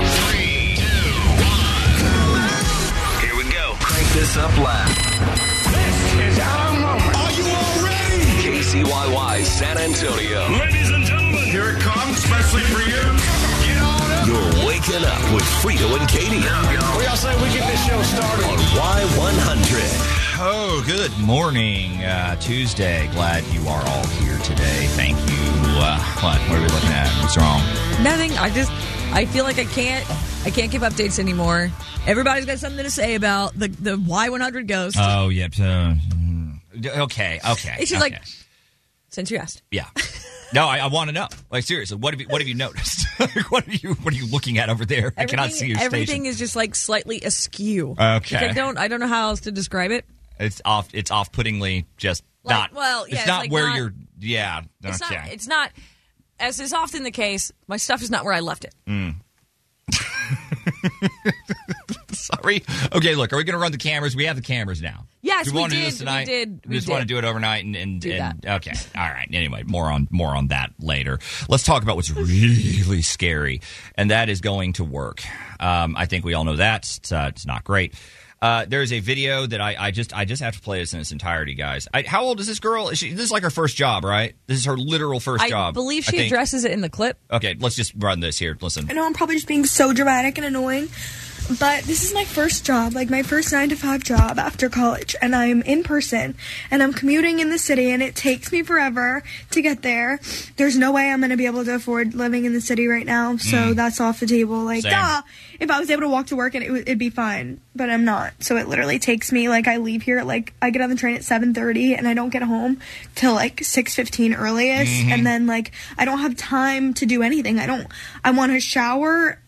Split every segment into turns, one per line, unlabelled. Three, two, one. Here we go. Crank this up loud. This is our moment. Are you all ready? KCYY San Antonio. Ladies and gentlemen, here it comes, especially for you. Get on up. You're waking up with Frito and Katie. We all say we get this show started on Y100.
Oh, good morning, uh, Tuesday. Glad you are all here today. Thank you. Uh, what? What are we looking at? What's wrong?
Nothing. I just I feel like I can't I can't give updates anymore. Everybody's got something to say about the the Y100 ghost.
Oh, yep. Uh, mm, okay, okay.
it's just
okay.
like since you asked.
yeah. No, I, I want to know. Like seriously, what have you what have you noticed? Like, what are you what are you looking at over there? I cannot see your
everything
station.
is just like slightly askew.
Okay.
Like, I don't I don't know how else to describe it.
It's off. It's off-puttingly just
Like,
not.
well, yeah,
it's
it's
not
like
where
not-
you're. Yeah.
It's
okay.
not it's not as is often the case, my stuff is not where I left it.
Mm. Sorry. Okay, look, are we going to run the cameras? We have the cameras now.
Yes,
do we,
we
want to do this
did, we
tonight?
did, we
just want to
did.
do it overnight and, and,
Do
and okay. All right. Anyway, more on more on that later. Let's talk about what's really scary, and that is going to work. Um, I think we all know that it's, uh, it's not great. Uh, there is a video that I, I just I just have to play this in its entirety, guys. I, how old is this girl? Is she, this is like her first job, right? This is her literal first
I
job.
believe
I
she
think.
addresses it in the clip.
Okay, let's just run this here. Listen.
I know I'm probably just being so dramatic and annoying, but this is my first job, like my first nine to five job after college, and I'm in person and I'm commuting in the city, and it takes me forever to get there. There's no way I'm gonna be able to afford living in the city right now, so that's off the table. Like,
Mm. Same.
duh. If I was able to walk to work, and it, would- it'd be fine, but I'm not. So it literally takes me like I leave here, at, like I get on the train at 7:30, and I don't get home till like 6:15 earliest, and then like I don't have time to do anything. I don't. I want to shower,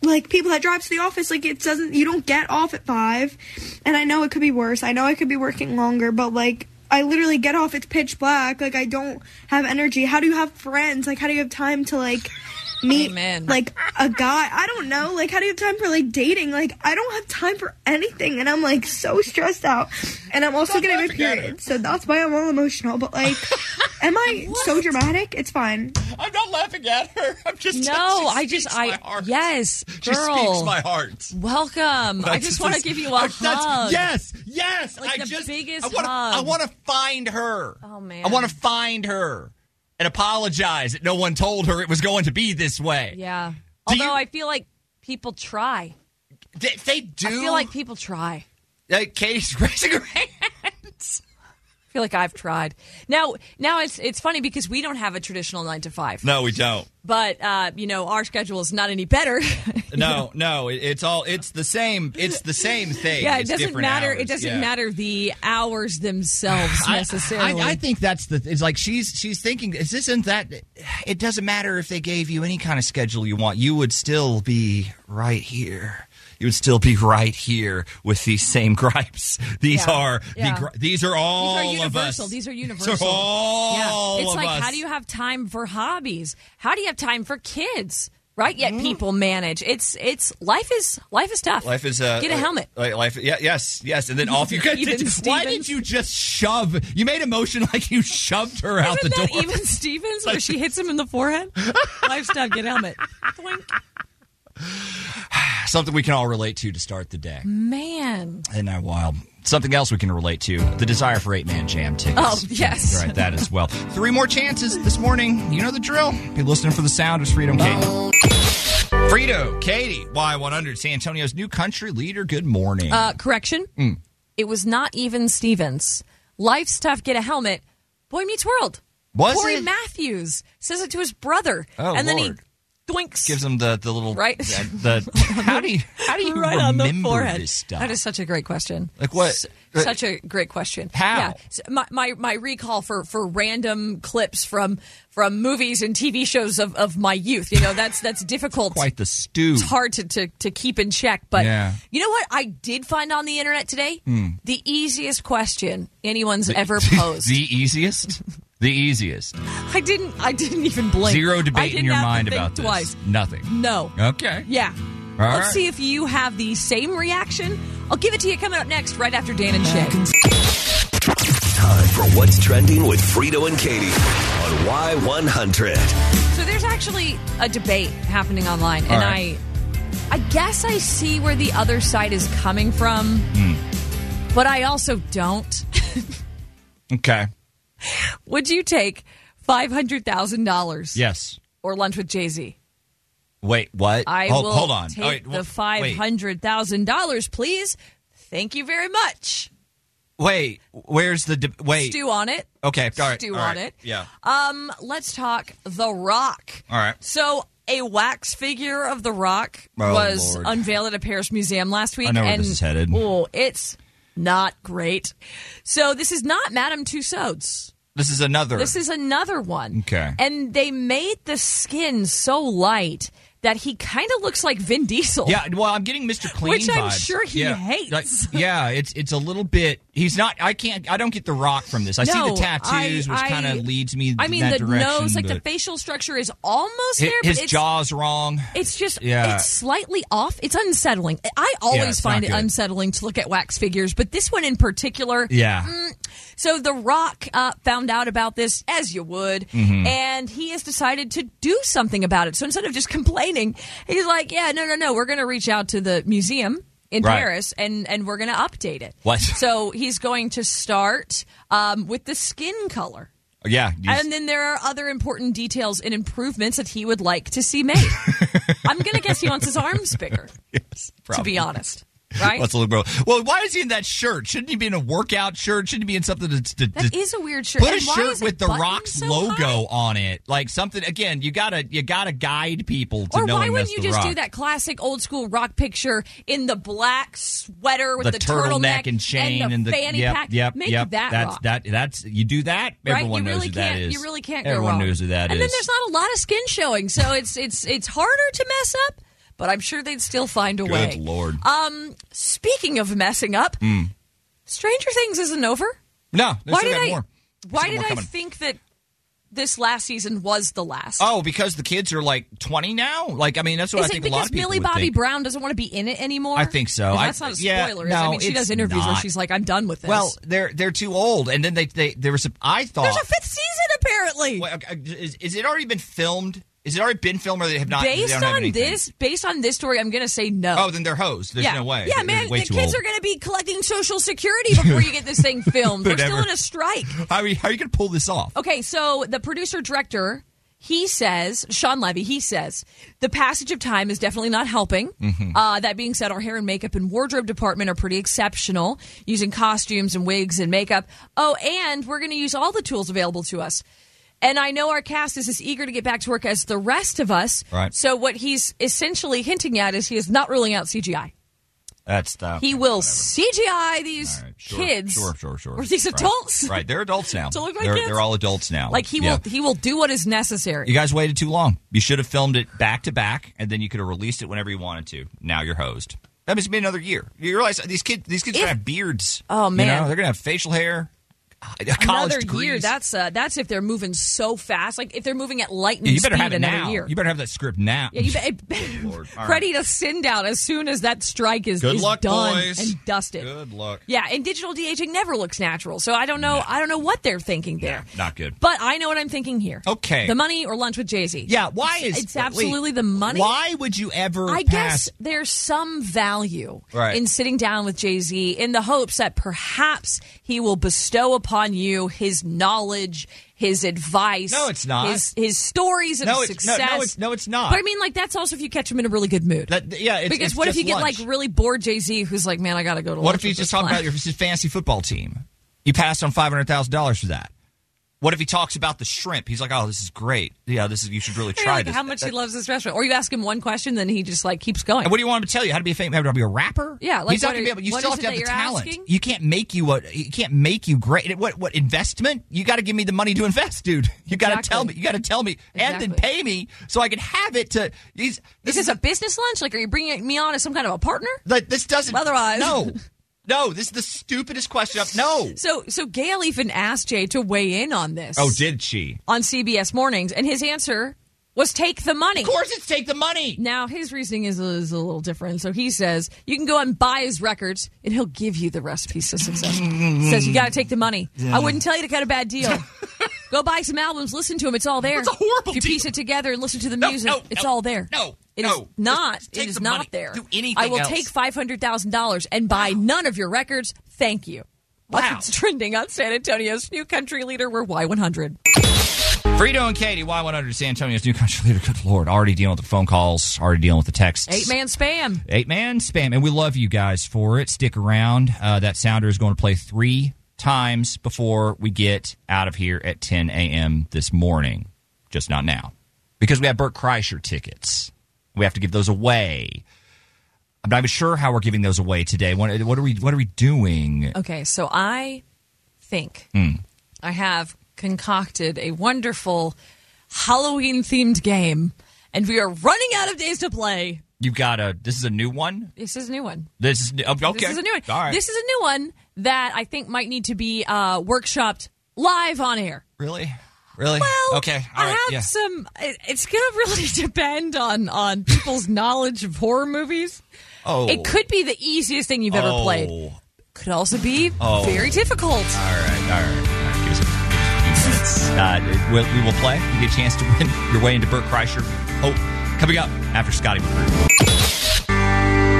like people that drive to the office like it doesn't you don't get off at 5. And I know it could be worse. I know I could be working longer, but like I literally get off it's pitch black. Like I don't have energy. How do you have friends? Like how do you have time to like meet
Amen.
like a guy. I don't know. Like, how do you have time for like dating? Like, I don't have time for anything, and I'm like so stressed out. And I'm also getting my period, so that's why I'm all emotional. But like, am I so dramatic? It's fine.
I'm not laughing at her. I'm just
No, I just I yes, girl.
She speaks my heart.
Welcome. I
That's-
just want to
that's-
give you a
that's- that's-
hug.
Yes, yes.
Like
I
the
just,
biggest
I wanna,
hug.
I want to find her.
Oh,
I
man.
want to find her and apologize that no one told her it was going to be this way.
Yeah.
Do
Although
you-
I feel like people try.
They, they do.
I feel like people try.
Uh, Katie's raising her hand.
I feel like I've tried. Now, now it's it's funny because we don't have a traditional nine to five,
No, we don't.
but uh, you know our schedule is not any better.
No, no. it- It's all. It's the same. It's the same thing.
yeah, it
It's
doesn't
different
matter.
hours.
It doesn't
Yeah.
matter the hours themselves
I-
necessarily.
I, I, think that's the. It's like she's she's thinking. Is this isn't that? It doesn't matter if they gave you any kind of schedule you want. You would still be right here. You would still be right here with these same gripes. These
Yeah.
are
Yeah.
the gri- these are
these
all
are
of us.
universal. These are universal.
all
yeah. It's
of
like
us.
how do you have time for hobbies? How do you have time for kids? Right? Yet people manage. It's it's life is life is tough.
Mm-hmm. Life is a
get a helmet.
Like, life, yeah, yes, yes, and then off you go.
Even
Did you- Why
Stevens.
did you just shove? You made a motion like you shoved her out the
Isn't
door.
that even Stevens where she hits him in the forehead? Life stuff, get helmet. Boink.
Something we can all relate to to start the day.
Man.
Isn't that wild? Something else we can relate to the desire for eight man jam tickets.
Oh, yes.
Right, that as well. Three more chances this morning. You know the drill. Be listening for the sound of Freedom Katie. Frito, Katie, Y100, San Antonio's new country leader. Good morning. Mm.
Uh, correction. It was not even Stevens. Life's tough. Get a helmet. Boy Meets World.
Was
Corey
it?
Matthews says it to his brother,
Oh,
and then
Lord.
he doinks
Gives him the, the little
Right.
The, the- how do you how do you
right on
remember
the forehead.
this stuff?
That is such a great question.
Like what- Uh,
S- such a great question.
How?
Yeah. S- My, my my recall for for random clips from from movies and TV shows of, of my youth. You know that's that's difficult.
Quite the stew.
It's hard to, to, to keep in check. But
Yeah. Hmm.
you know what I did find on the internet today? The easiest question anyone's ever posed.
the easiest. The easiest.
I didn't I didn't even blink.
Zero
I
debate
did
in your
not
mind
think
about this.
twice.
Nothing.
No.
Okay.
Yeah.
All
Let's
right.
see if you have the same reaction. I'll give it to you coming up next, right after Dan and Shay.
Time for What's Trending with Frito and Katie on Y100.
So there's actually a debate happening online, and
right.
I, I guess I see where the other side is coming from,
Hmm.
but I also don't.
Okay.
Would you take five hundred thousand dollars?
Yes.
Or lunch with Jay Z?
Wait. What?
I
Uh, hold,
will
hold on.
take
Oh, wait,
the
wait.
five hundred thousand dollars, please. Thank you very much.
Wait. Where's the de- wait?
Stew on it.
Okay. All right.
stew
all right.
on it.
Yeah.
Um, let's talk The Rock.
All right.
So a wax figure of The Rock
Oh,
was
Lord.
unveiled at a Paris museum last week.
I know where
and,
this is headed.
Oh, it's not great. So this is not Madame Tussauds.
This is another.
This is another one.
Okay.
And they made the skin so light that he kind of looks like Vin Diesel.
Yeah, well, I'm getting Mr. Clean
Which I'm
vibes.
sure he
yeah.
hates.
Like, yeah, it's it's a little bit. He's not. I can't. I don't get the rock from this. I see
No,
the tattoos,
I-
which
I-
kind of leads me.
I mean,
that
the
direction,
nose, like the
but-
facial structure is almost
Hi-
there, but
His
it's
jaw's wrong.
It's just
Yeah.
it's slightly off. It's unsettling. I
Yeah,
always
it's
find
not
it
good.
unsettling to look at wax figures, but this one in particular. mm,
Yeah.
So The Rock uh, found out about this as you would,
Mm-hmm.
and he has decided to do something about it. So instead of just complaining, he's like, "Yeah, no, no, no. We're going to reach out to the museum." In
Right.
Paris, and and we're going to update it.
What?
So he's going to start um, with the skin color,
Yeah. you-
and then there are other important details and improvements that he would like to see made. I'm going to guess he wants his arms bigger, to
probably.
be honest. Right?
What's a little bro? Well, why is he in that shirt? Shouldn't he be in a workout shirt? Shouldn't he be in something that's to,
that is a weird shirt.
put a
And why
shirt
is it
with the
buttoned
Rock's
so
logo
high?
on it? Like something again, you gotta you gotta guide people to
Or
knowing
why wouldn't
that's
you
the
just
rock.
do that classic old school rock picture in the black sweater with
The,
the,
turtleneck and chain
and the, fanny
yep,
pack?
Yep,
Make
yep.
that
that's
rock.
that that's you do that.
Right,
Everyone
you
knows
really
who
can't.
that is.
You really can't go
Everyone
wrong.
knows who that is.
and then there's not a lot of skin showing, so it's it's it's harder to mess up. But I'm sure they'd still find a way. Um,
Good lord.
Speaking of messing up, Stranger Things isn't over.
Mm. no, there's
why
still
did
got
I?
more.
Why
Still
did
more
I
coming.
think that this last season was the last?
Oh, because the kids are like 20 now. Like, I mean, that's what
Is
I
it
think a lot
because
of people
Millie
would
Bobby
think.
Brown doesn't want to be in it anymore?
I think so.
And
I-
That's not a
yeah,
spoiler. is it?
no,
I mean, she
it's
does interviews where
not.
she's like, "I'm done with this."
Well, they're they're too old, and then they they there was a, I thought
there's a fifth season apparently.
Wait, okay, is, is it already been filmed? Is it already been filmed, or they have not? they
based
don't have
on
anything?
this, based on this story, I'm going to say no.
Oh, then they're hosed. There's
yeah.
no way.
Yeah,
They're
man, the
way
kids
too old.
are going to be collecting social security before you get this thing filmed. We're still
Whatever.
in a strike.
How are you, how are you going to pull this off?
Okay, so the producer director, he says, Sean Levy, he says, the passage of time is definitely not helping.
Mm-hmm.
Uh, that being said, our hair and makeup and wardrobe department are pretty exceptional, using costumes and wigs and makeup. Oh, and we're going to use all the tools available to us. And I know our cast is as eager to get back to work as the rest of us.
Right.
So what he's essentially hinting at is he is not ruling out CGI.
That's the
He will CGI these
Oh, All right, sure,
kids.
Sure, sure, sure.
Or these
Right.
adults.
Right, they're adults now.
To look like
they're,
kids.
they're all adults now.
Like he
Yeah.
will he will do what is necessary.
You guys waited too long. You should have filmed it back to back, and then you could have released it whenever you wanted to. Now you're hosed. That means it's been another year. You realize these kids, these kids are
If-
gonna have beards.
Oh,
You know,
man.
they're gonna have facial hair. College
another
degrees.
year. That's uh, that's if they're moving so fast. Like if they're moving at lightning
Yeah, you better
speed
have it
another
now.
year.
You better have that script now.
yeah, you be-
Lord. All right.
ready to send out as soon as that strike is,
Good
is
luck,
done
boys.
and dusted.
Good luck.
Yeah, and digital de aging never looks natural. So I don't know. I don't know what they're thinking there.
not good.
But I know what I'm thinking here.
Okay.
the money or lunch with Jay Z.
Yeah, why is
It's absolutely
wait,
the money.
Why would you ever?
I
pass-
guess there's some value
Right.
in sitting down with Jay Z in the hopes that perhaps he will bestow upon you his knowledge, his advice.
No, it's not.
His, his stories of
No, it's- no,
success.
no, it's- no, it's not.
But I mean, like that's also if you catch him in a really good mood.
That- yeah, it's-
because
it's
what if
just
you get
lunch.
like really bored Jay Z, who's like, man, I gotta go to.
What
lunch
if you
with
just
this
talk about
client."
your his fantasy football team? You passed on five hundred thousand dollars for that. What if he talks about the shrimp? He's like, "Oh, this is great. Yeah, this is. You should really
Yeah,
try
like
this."
how much
That-
he loves this restaurant, or you ask him one question, then he just like keeps going.
And what do you want him to tell you? How to be a famous? How to be a rapper?
Yeah, like,
he's not
what
going to
are-
be able. You
what
still
is
have to have
it that
the
you're
talent.
asking?
You can't make you what. You can't make you great. What what investment? You got to give me the money to invest, dude. You got to
Exactly.
tell me. You got to tell me, and then
Exactly.
pay me so I can have it. To these.
Is
This
this a business lunch? Like, are you bringing me on as some kind of a partner?
like this doesn't.
Otherwise-
no, no. This is the stupidest question. I've- No.
So, so Gail even asked Jay to weigh in on this.
Oh, did she?
on CBS Mornings, and his answer was take the money.
Of course, it's take the money.
Now his reasoning is, is a little different. So he says you can go and buy his records, and he'll give you the recipes to success. says you got to take the money. I wouldn't tell you to cut a bad deal. go buy some albums, listen to them. It's all there.
That's a horrible
If you
deal.
piece it together and listen to the
No,
music,
no,
it's
no,
all there.
no,
it is
no. Just-
not.
just
it
take
is
the
not
money.
there.
Do anything
I will
else.
take five hundred thousand dollars and buy none of your records. Thank you. That's
Wow.
what's trending on San Antonio's new country leader. We're Y one hundred.
Frito and Katie, Y100, San Antonio's new country leader. Good Lord. Already dealing with the phone calls, already dealing with the texts.
Eight man spam.
Eight man spam. And we love you guys for it. Stick around. Uh, that sounder is going to play three times before we get out of here at 10 a.m. this morning. Just not now. Because we have Burt Kreischer tickets. We have to give those away. I'm not even sure how we're giving those away today. What, what are we What are we doing? Hmm.
Okay, so I think I have concocted a wonderful Halloween themed game, and we are running out of days to play.
You've got a. This is a new one.
This is a new one.
This is okay.
This is a new one.
All right.
This is a new one that I think might need to be uh, workshopped live on air.
Really? Really?
Well,
okay. All
I
right.
have
yeah.
some. it- It's going to really depend on on people's knowledge of horror movies.
oh.
It could be the easiest thing you've ever
oh.
played.
All
Could also be very difficult.
right. All right. All right. Give us a few minutes. Uh, we'll, we will play. You get a chance to win your way into Burt Kreischer. Oh, coming up after Scotty McCrew.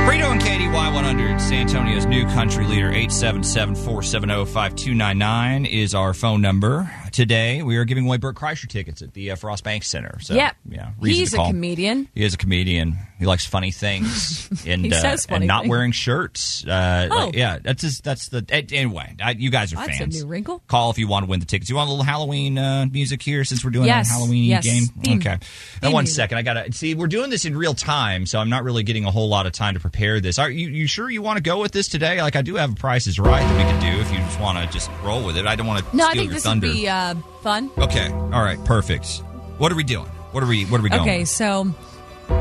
Frito and Katie, Y100, San Antonio's new country leader, 877-470-5299 is our phone number. Today, we are giving away Burt Kreischer tickets at the uh, Frost Bank Center. So,
yep.
Yeah, reason
He's
to
a
call.
comedian.
He is a comedian. He likes funny things and
He
uh,
says funny
and not
things.
wearing shirts. Uh,
Oh.
like, yeah, that's his, that's the a- anyway. I, you guys are
That's a
fans.
new wrinkle.
Call if you want to win the tickets. You want a little Halloween uh, music here since we're doing
Yes,
a Halloween
yes.
game.
Theme-
okay,
theme
now one
music.
second. I gotta see. We're doing this in real time, so I'm not really getting a whole lot of time to prepare this. Are you, you sure you want to go with this today? Like I do have a Price Is Right that we can do if you just want to just roll with it. I don't want to steal
No, I think
your
this
thunder.
would be uh, fun.
okay, all right, perfect. What are we doing? What are we? What are we going?
Okay,
with?
so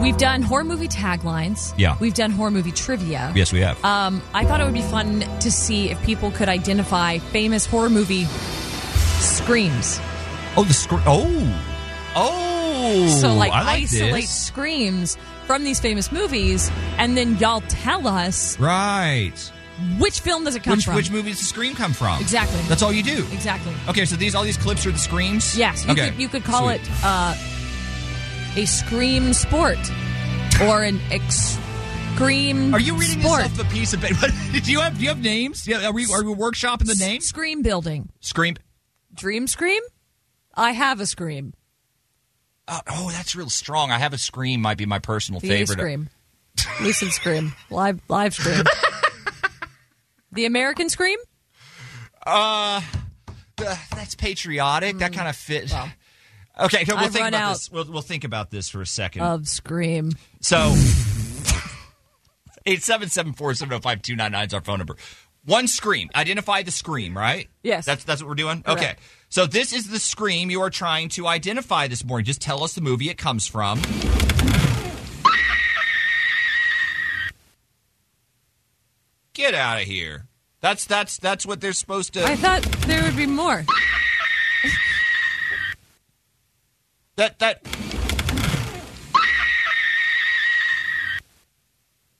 we've done horror movie taglines.
Yeah.
We've done horror movie trivia.
Yes, we have.
Um, I thought it would be fun to see if people could identify famous horror movie screams.
Oh, the scr Oh, oh.
so, like,
I like
isolate
this.
screams from these famous movies, and then y'all tell us
Right.
which film does it come
Which
from.
which movie does the scream come from?
Exactly.
That's all you do.
Exactly.
Okay, so these all these clips are the screams.
Yes, you,
okay.
could, you could call
Sweet.
it uh, a scream sport or an excream.
Are you reading
sport.
this off the piece of paper? do you have do you have names? Yeah, are we are we workshopping the names?
Scream building.
Scream.
Dream scream? I have a scream.
Oh, oh, that's real strong. I have a scream. Might be my personal
The
favorite.
scream. Lucid scream. Live live scream. the American scream?
Uh, that's patriotic. That kind of fits. okay, we'll
Mm. I've
think about
run out
this. We'll, we'll think about this for a second.
Of scream.
So, 877-470-5299 is our phone number. One scream. Identify the scream, right?
Yes.
That's that's what we're doing?
Correct.
Okay. So this is the scream you are trying to identify this morning. Just tell us the movie it comes from. Get out of here. That's that's that's what they're supposed to
I thought there would be more.
That that.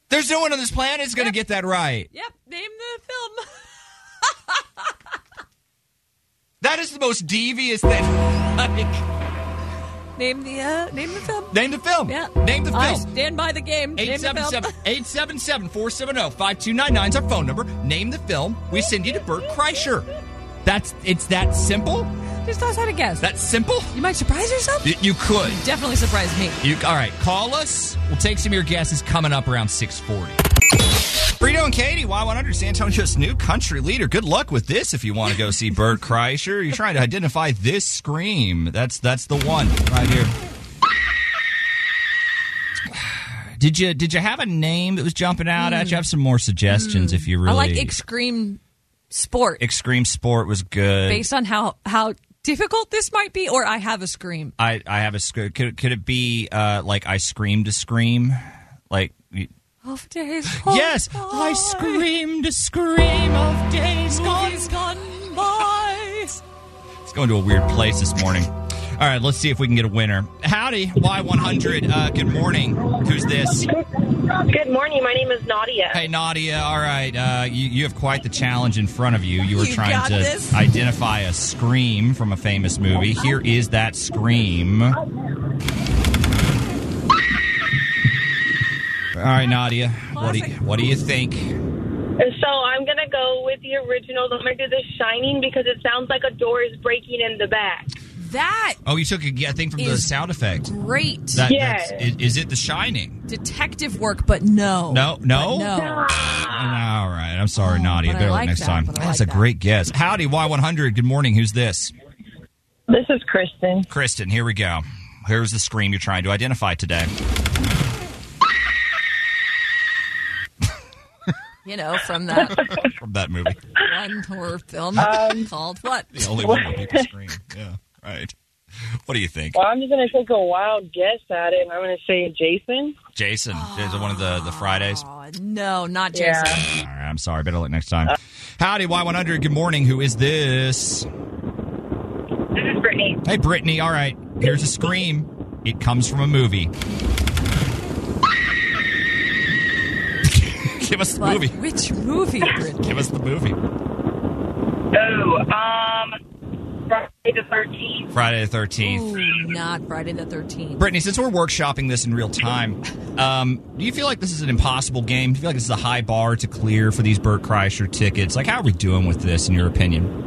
There's no one on this planet is going to get that right.
Yep, name the film.
That is the most devious thing. Like,
Name the uh, name the film.
name the film.
Yeah.
Name the
I
film.
stand by the game. Name the film.
877-470-5299 is our phone number. Name the film. We send you to Burt Kreischer. That's it's that simple.
Just toss out a guess.
That simple.
you might surprise yourself.
Y- You could.
Definitely surprised me.
You all right? Call us. We'll take some of your guesses coming up around six forty. Brito and Katie, Y100, San Antonio's new country leader. Good luck with this if you want to go see Bert Kreischer. You're trying to identify this scream. That's that's the one right here. Did you did you have a name that was jumping out at you? I have some more suggestions if you really.
Hmm. I like extreme sport
Extreme Sport was good.
based on how how difficult this might be, or I have a scream.
I I have a sc- could could it be uh, like I screamed to scream like. you-
Of days.
Yes, I screamed a scream of days gone.
Days gone by.
It's going to a weird place this morning. All right, let's see if we can get a winner. Howdy, Y100. Uh, good morning. Who's this?
Good morning. My name is Nadia.
Hey, Nadia. All right, uh, you, you have quite the challenge in front of you. You were
You
trying
got
to
this.
identify a scream from a famous movie. Here is that scream. All right, Nadia. What do you, what do you think?
And so I'm going to go with the original. I'm going to do The Shining because it sounds like a door is breaking in the back.
That
Oh, you took a, a thing from the
Is-
sound effect.
great
That,
Yeah.
that's- i- is, it The Shining?
detective work, but no,
No, no,
no.
All right, I'm sorry, Nadia.
Oh, but I
Better luck
like
next
that,
time.
but I
That's
like
a
that.
great guess. Howdy, Y100. Good morning. Who's this?
This is Kristen.
Kristen. Here we go. Here's the scream you're trying to identify today.
You know, from that
From that movie,
one horror film called what?
the only one where people scream. Yeah, right. What do you think,
Well, I'm just going to take a wild guess at it, and I'm going to say Jason.
Jason? Is it one of the the Fridays? All
Oh, no, not Jason.
right, I'm sorry. Better luck next time. Howdy, Y100. Good morning. Who is this?
This is Brittany.
Hey, Brittany. All right, here's a scream. It comes from a movie. Give us the
But
movie.
which movie? Brit?
Give us the movie.
Oh, um, Friday the 13th.
Friday the 13th.
Ooh, not Friday the Thirteenth.
Brittany, since we're workshopping this in real time, um, do you feel like this is an impossible game? Do you feel like this is a high bar to clear for these Burt Kreischer tickets? Like, how are we doing with this, in your opinion?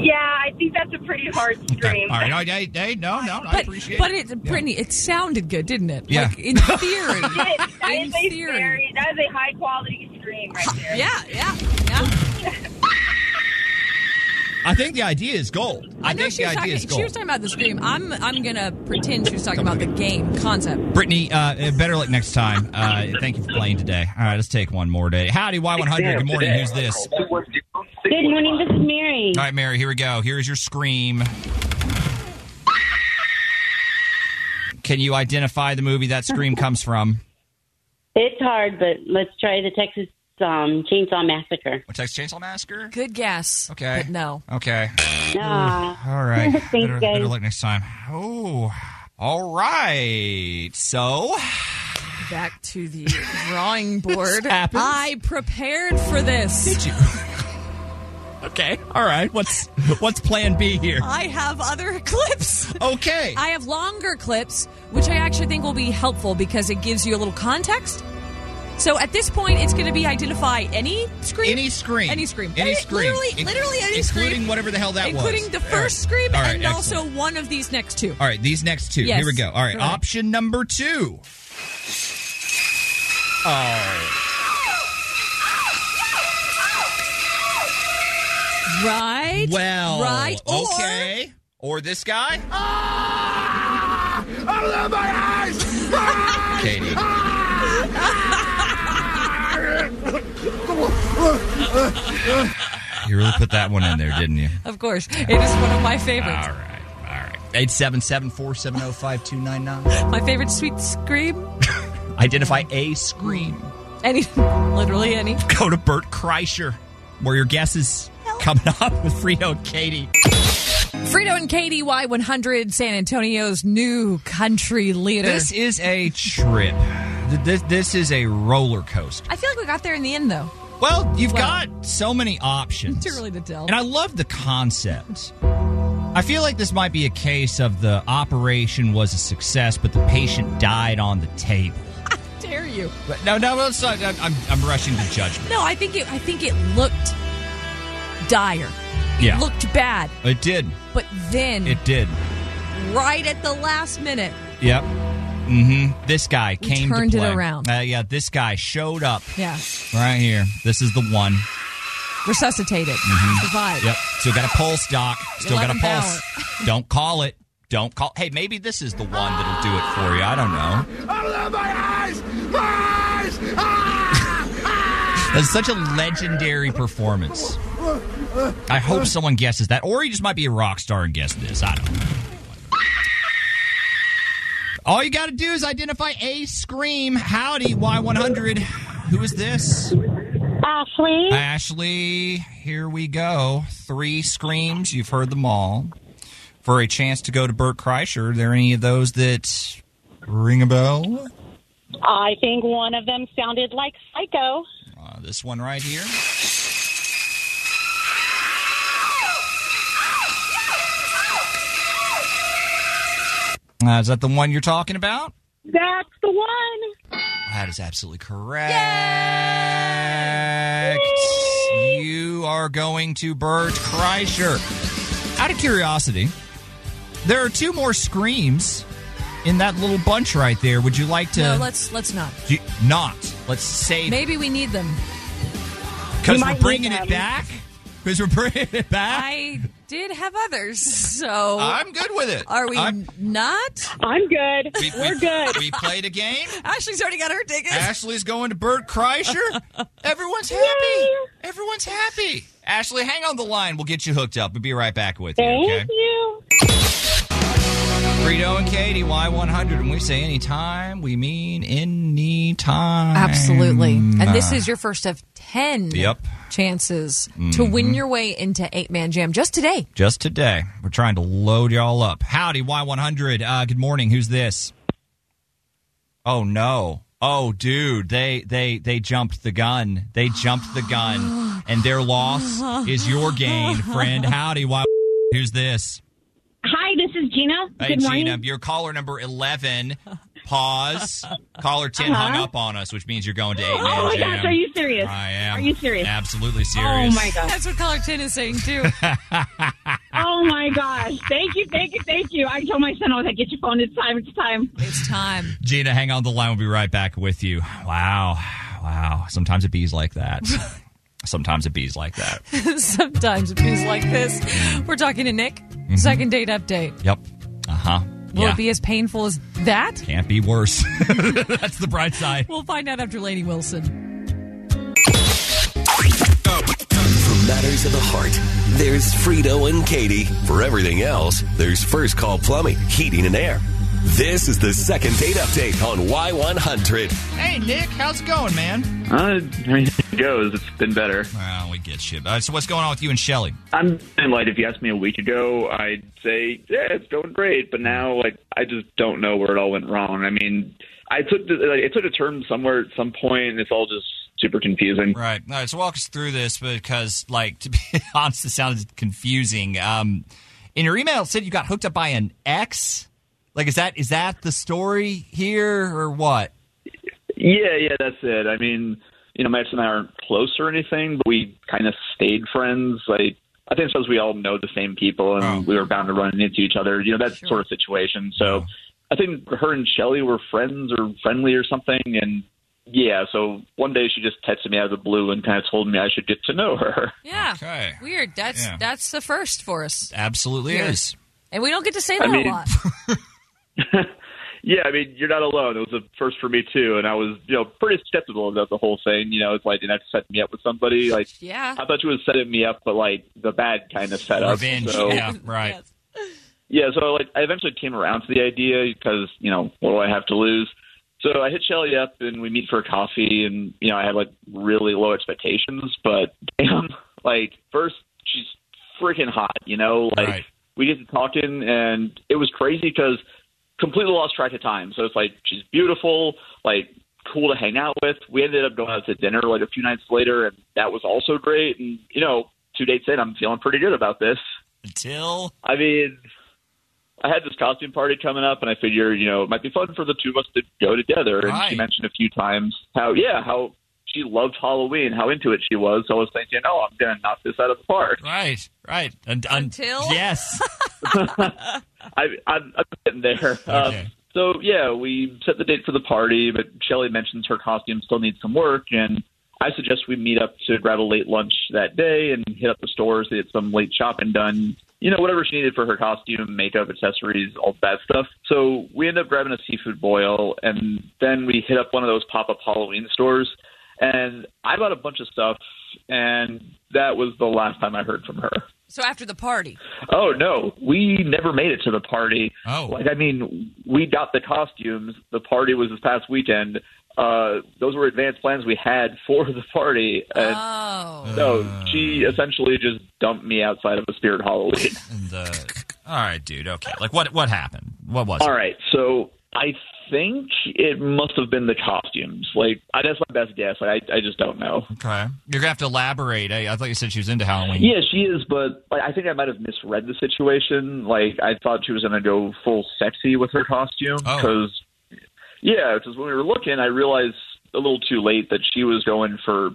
Yeah, I think that's a pretty hard
Okay.
scream.
All right. Hey, hey, no, no, I
But
appreciate
but
it.
it, Brittany, it sounded good, didn't it?
Yeah.
Like in theory.
That
in
is a
theory.
very, that is a high quality scream right there.
Yeah, yeah, yeah.
I think the idea is gold. I,
I know
think
she
the idea
was, talking,
is gold.
she was talking about the scream. I'm I'm gonna pretend she was talking about the game concept.
Brittany, uh, better luck next time. Uh, thank you for playing today. All right, let's take one more day. Howdy, Y100. Good morning. Who's this? All
Good morning, this is Mary.
right, Mary, here we go. Here's your scream. Can you identify the movie that scream comes from?
It's hard, but let's try the Texas um, Chainsaw Massacre.
What, Texas Chainsaw Massacre?
Good guess.
Okay.
But no.
Okay.
Ah.
All right.
Thanks,
better,
guys.
better luck next time. Oh, all right. So,
Back to the drawing board.
happens.
I prepared for this.
okay. All right. What's what's Plan B here?
I have other clips.
Okay.
I have longer clips, which I actually think will be helpful because it gives you a little context. So at this point, it's going to be identify any scream,
Any scream.
any scream,
Any scream.
literally,
In-
literally any
including
scream,
whatever the hell that was.
including the
All right.
first scream
All right,
and
excellent.
also one of these next two.
All right, these next two.
Yes.
Here we go. All right,
Go ahead.
option number two. Oh,
Right.
well.
Right. Or-
Okay. Or this guy? Katie. you really put that one in there, didn't you?
Of course, it is one of my
All
favorites.
right. All right. 877 470 5299.
My favorite sweet scream.
Identify a scream.
Any, literally any.
go to Bert Kreischer, where your guesses coming up with Frito and Katie.
Frito and Katie Y100, San Antonio's new country leader.
This is a trip. Th- This, this is a roller coaster.
I feel like we got there in the end, though.
Well, you've
Well,
got so many options.
too early to tell.
And I love the concept. I feel like this might be a case of the operation was a success, but the patient died on the table.
Dare you?
But no, no, let's not, I'm, I'm rushing to judgment.
No, I think it. I think it looked dire.
Yeah.
Looked bad.
It did.
But then,
It did.
right at the last minute,
Yep. hmm This guy came
turned
to
it
play.
around.
Uh, yeah, this guy showed up
yeah,
right here. This is the one.
resuscitated, survived.
Mm-hmm. Yep. Still got a pulse, Doc. Still got a
11
pulse. Don't call it. Don't call. Hey, maybe this is the one that'll do it for you. I don't know. That's such a legendary performance. I hope someone guesses that, or he just might be a rock star and guess this. I don't know. All you got to do is identify a scream. Howdy, Y100. Who is this?
Ashley.
Ashley, here we go. Three screams. You've heard them all. For a chance to go to Burt Kreischer, are there any of those that ring a bell?
I think one of them sounded like psycho.
Uh, this one right here. Uh, is that the one you're talking about?
That's the one.
That is absolutely correct. You are going to Bert Kreischer. Out of curiosity, there are two more screams in that little bunch right there. Would you like to
No, let's let's not.
do you- not? Let's save it
Maybe we need them.
because
we
we're
might
bringing
need
it
them.
back. Because we're bringing it back.
I did have others, so
am good with it.
are we
I'm-
not?
I'm good.
we- we-
We're good.
We played a game.
Ashley's already got her ticket.
Ashley's going to Bert Kreischer. Everyone's happy. Everyone's happy. Ashley, hang on the line. We'll get you hooked up. We'll be right back with you.
Thank
Okay.
you.
Frito and Katie, Y100. When we say anytime, we mean anytime.
Absolutely. And this
Ah.
is your first of 10
Yep. Mm-hmm.
chances to win your way into Eight Man Jam just today.
Just today, we're trying to load y'all up. Howdy, Y100. Uh, good morning. Who's this? Oh no. Oh, dude, they they they jumped the gun. They jumped the gun, and their loss is your gain, friend. Howdy, Y. Who's this?
Hi, this is Gina.
Hey,
Good morning.
Gina, you're caller number eleven. Pause. caller 10 hung up on us, which means you're going to eight man
Uh-huh. Oh my
jam.
gosh, are you serious?
I am.
Are you serious?
Absolutely serious.
Oh my gosh.
That's what Color 10 is saying, too.
Oh my gosh. Thank you, thank you, thank you. I told my son, I was like, get your phone. It's time, it's time.
it's time.
Gina, hang on the line. We'll be right back with you. Wow. Wow. Sometimes it bees like that. Sometimes it bees like that.
Sometimes it feels like this.
Mm.
We're talking to Nick. Second date update.
Yep. Uh huh.
Will
Mm-hmm. yeah.
it be as painful as that?
Can't be worse. That's the bright side.
We'll find out after Lady Wilson.
For matters of the heart, there's Frito and Katie. For everything else, there's First Call Plumbing, Heating and Air. This is the second date update on Y100.
Hey, Nick, how's it going, man?
Uh, I mean, it goes. It's been better.
Well, we get shit. Uh, so, what's going on with you and Shelly?
I'm and like if you asked me a week ago, I'd say yeah, it's going great. But now, like, I just don't know where it all went wrong. I mean, I took the, like, it took a turn somewhere at some point, and it's all just super confusing.
Right. All right. So, walk us through this because, like, to be honest, it sounded confusing. Um, in your email, it said you got hooked up by an ex. Like, is that is that the story here or what?
Yeah, yeah, that's it. I mean, you know, my ex and I aren't close or anything, but we kind of stayed friends. Like, I think it's because we all know the same people and
Oh.
we were bound to run into each other, you know, that sort of situation. So I think her and Shelly were friends or friendly or something. And yeah, so one day she just texted me out of the blue and kind of told me I should get to know her.
Yeah.
Okay.
Weird. That's
Yeah.
that's the first for us.
Absolutely
Yeah.
is.
And we don't get to say that
mean-
a lot.
Yeah, I mean, you're not alone. It was a first for me too, and I was, you know, pretty skeptical about the whole thing. You know, it's like, did that set me up with somebody? Like,
Yeah.
I thought you was setting me up, but like the bad kind of setup.
Revenge.
So,
Yeah, right.
Yes.
yeah, so like I eventually came around to the idea because you know what do I have to lose? So I hit Shelly up and we meet for a coffee, and you know I had like really low expectations, but damn, like first she's freaking hot, you know, like
Right.
we get to talking, and it was crazy because completely lost track of time. So it's like she's beautiful, like cool to hang out with. We ended up going out to dinner like a few nights later, and that was also great. And you know, two dates in, I'm feeling pretty good about this.
Until
I mean, I had this costume party coming up, and I figured, you know, it might be fun for the two of us to go together. And
Right.
she mentioned a few times how, yeah, how she loved Halloween, how into it she was. So I was thinking, oh, I'm going to knock this out of the park.
Right, right. And,
Till
yes.
I, I'm, I'm getting there. Um, so yeah, we set the date for the party, but Shelly mentions her costume still needs some work, and I suggest we meet up to grab a late lunch that day and hit up the stores to get some late shopping done. You know, whatever she needed for her costume, makeup, accessories, all that stuff. So we end up grabbing a seafood boil, and then we hit up one of those pop-up Halloween stores. And I bought a bunch of stuff, and that was the last time I heard from her.
So after the party,
Oh no, we never made it to the party.
Oh,
like I mean, we got the costumes. The party was this past weekend. Uh, those were advanced plans we had for the party. And
oh,
So she essentially just dumped me outside of a spirit Halloween.
And, uh, all right, dude. Okay. Like what? What happened? What was?
All
it?
right, so I think it must have been the costumes. Like I, that's my best guess. Like, I I just don't know.
Okay. You're gonna have to elaborate. I, I thought you said she was into Halloween.
Yeah, she is, but like, I think I might have misread the situation. Like, I thought she was going to go full sexy with her costume
Oh.
because, yeah, because when we were looking, I realized a little too late that she was going for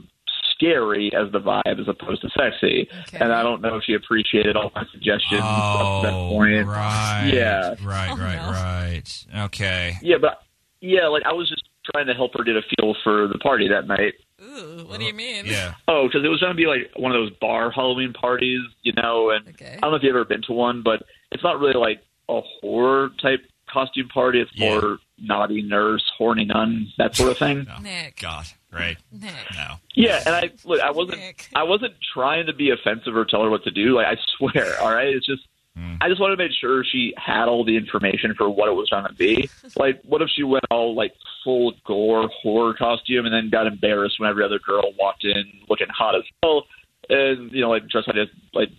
scary as the vibe as opposed to sexy, and I don't know if she appreciated all my suggestions up to that
Oh,
point.
right.
Yeah,
Right. Right. Right. Okay.
yeah, but yeah, like I was just trying to help her get a feel for the party that night.
Ooh, what do you mean?
Yeah.
Oh, because it was going to be like one of those bar Halloween parties, you know. And
Okay.
I don't know if you've ever been to one, but it's not really like a horror type costume party. It's
Yeah.
more naughty nurse, horny nun, that sort of thing.
Nick,
God. Right.
Nick,
No.
Yeah, and I look, I wasn't,
Nick.
I wasn't trying to be offensive or tell her what to do. Like I swear, all right. It's just.
Hmm.
I just wanted to make sure she had all the information for what it was going to be. Like, what if she went all like full gore horror costume and then got embarrassed when every other girl walked in looking hot as hell, and you know, like dressed like a like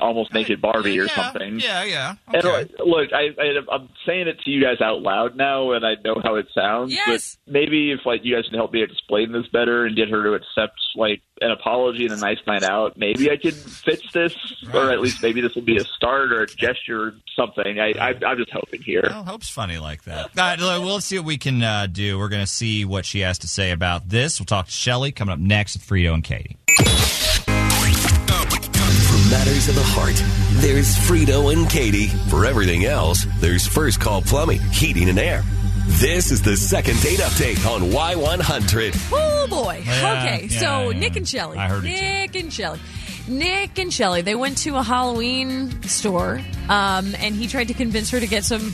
almost naked Barbie or
yeah,
something.
Yeah. Yeah.
And
Okay.
like, look, I, I, I'm saying it to you guys out loud now, and I know how it sounds.
Yes.
But maybe if like you guys can help me explain this better and get her to accept like an apology and a nice night out, maybe I can fix this, or at least maybe this will be a start or a gesture, or something. I, I, I'm just hoping here.
Well, hope's funny like that. All right, look, we'll see what we can uh, do. We're going to see what she has to say about this. We'll talk to Shelly coming up next with Frito and Katie.
For matters of the heart, there's Frito and Katie. For everything else, there's First Call Plumbing, Heating, and Air. This is the second date update on Y100.
Oh boy.
Yeah,
okay.
yeah,
so
yeah.
Nick and Shelly.
I heard it, too.
Nick and Shelly. Nick and Shelly. They went to a Halloween store, um, and he tried to convince her to get some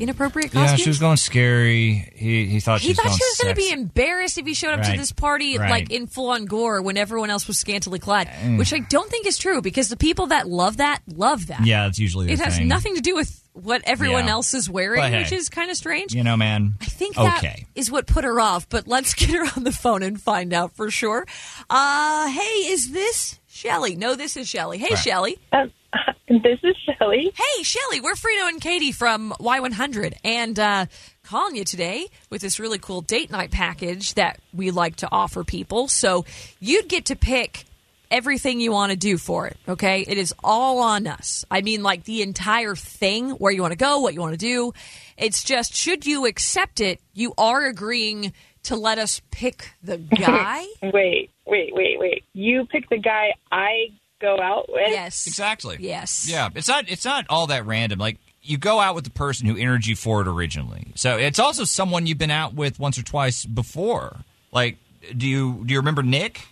inappropriate costumes.
going scary. He, he thought
he thought she was going to be embarrassed if he showed up to
Right.
this party
Right. Mm.
like in full on gore when everyone else was scantily clad, which I don't think is true because the people that love that love that.
Yeah, it's usually
it
the
has
thing.
nothing to do with what everyone
Yeah.
else is wearing,
But hey.
which is kind of strange.
You know, man.
I think that is
okay.
what put her off, but let's get her on the phone and find out for sure. Uh, hey, is this Shelly? No, this is Shelly. Hey,
Right.
Shelly.
This is Shelly.
Hey, Shelly, we're Frito and Katie from Y100 and uh, calling you today with this really cool date night package that we like to offer people. So you'd get to pick everything you want to do for it, okay? It is all on us. I mean, like the entire thing, where you want to go, what you want to do. It's just, should you accept it, you are agreeing to let us pick the guy.
Wait, wait, wait, wait. You pick the guy I go out with.
yes.
Exactly.
Yes.
Yeah, it's not it's not all that random. Like you go out with the person who entered you for it originally. So it's also someone you've been out with once or twice before. Like, do you do you remember Nick?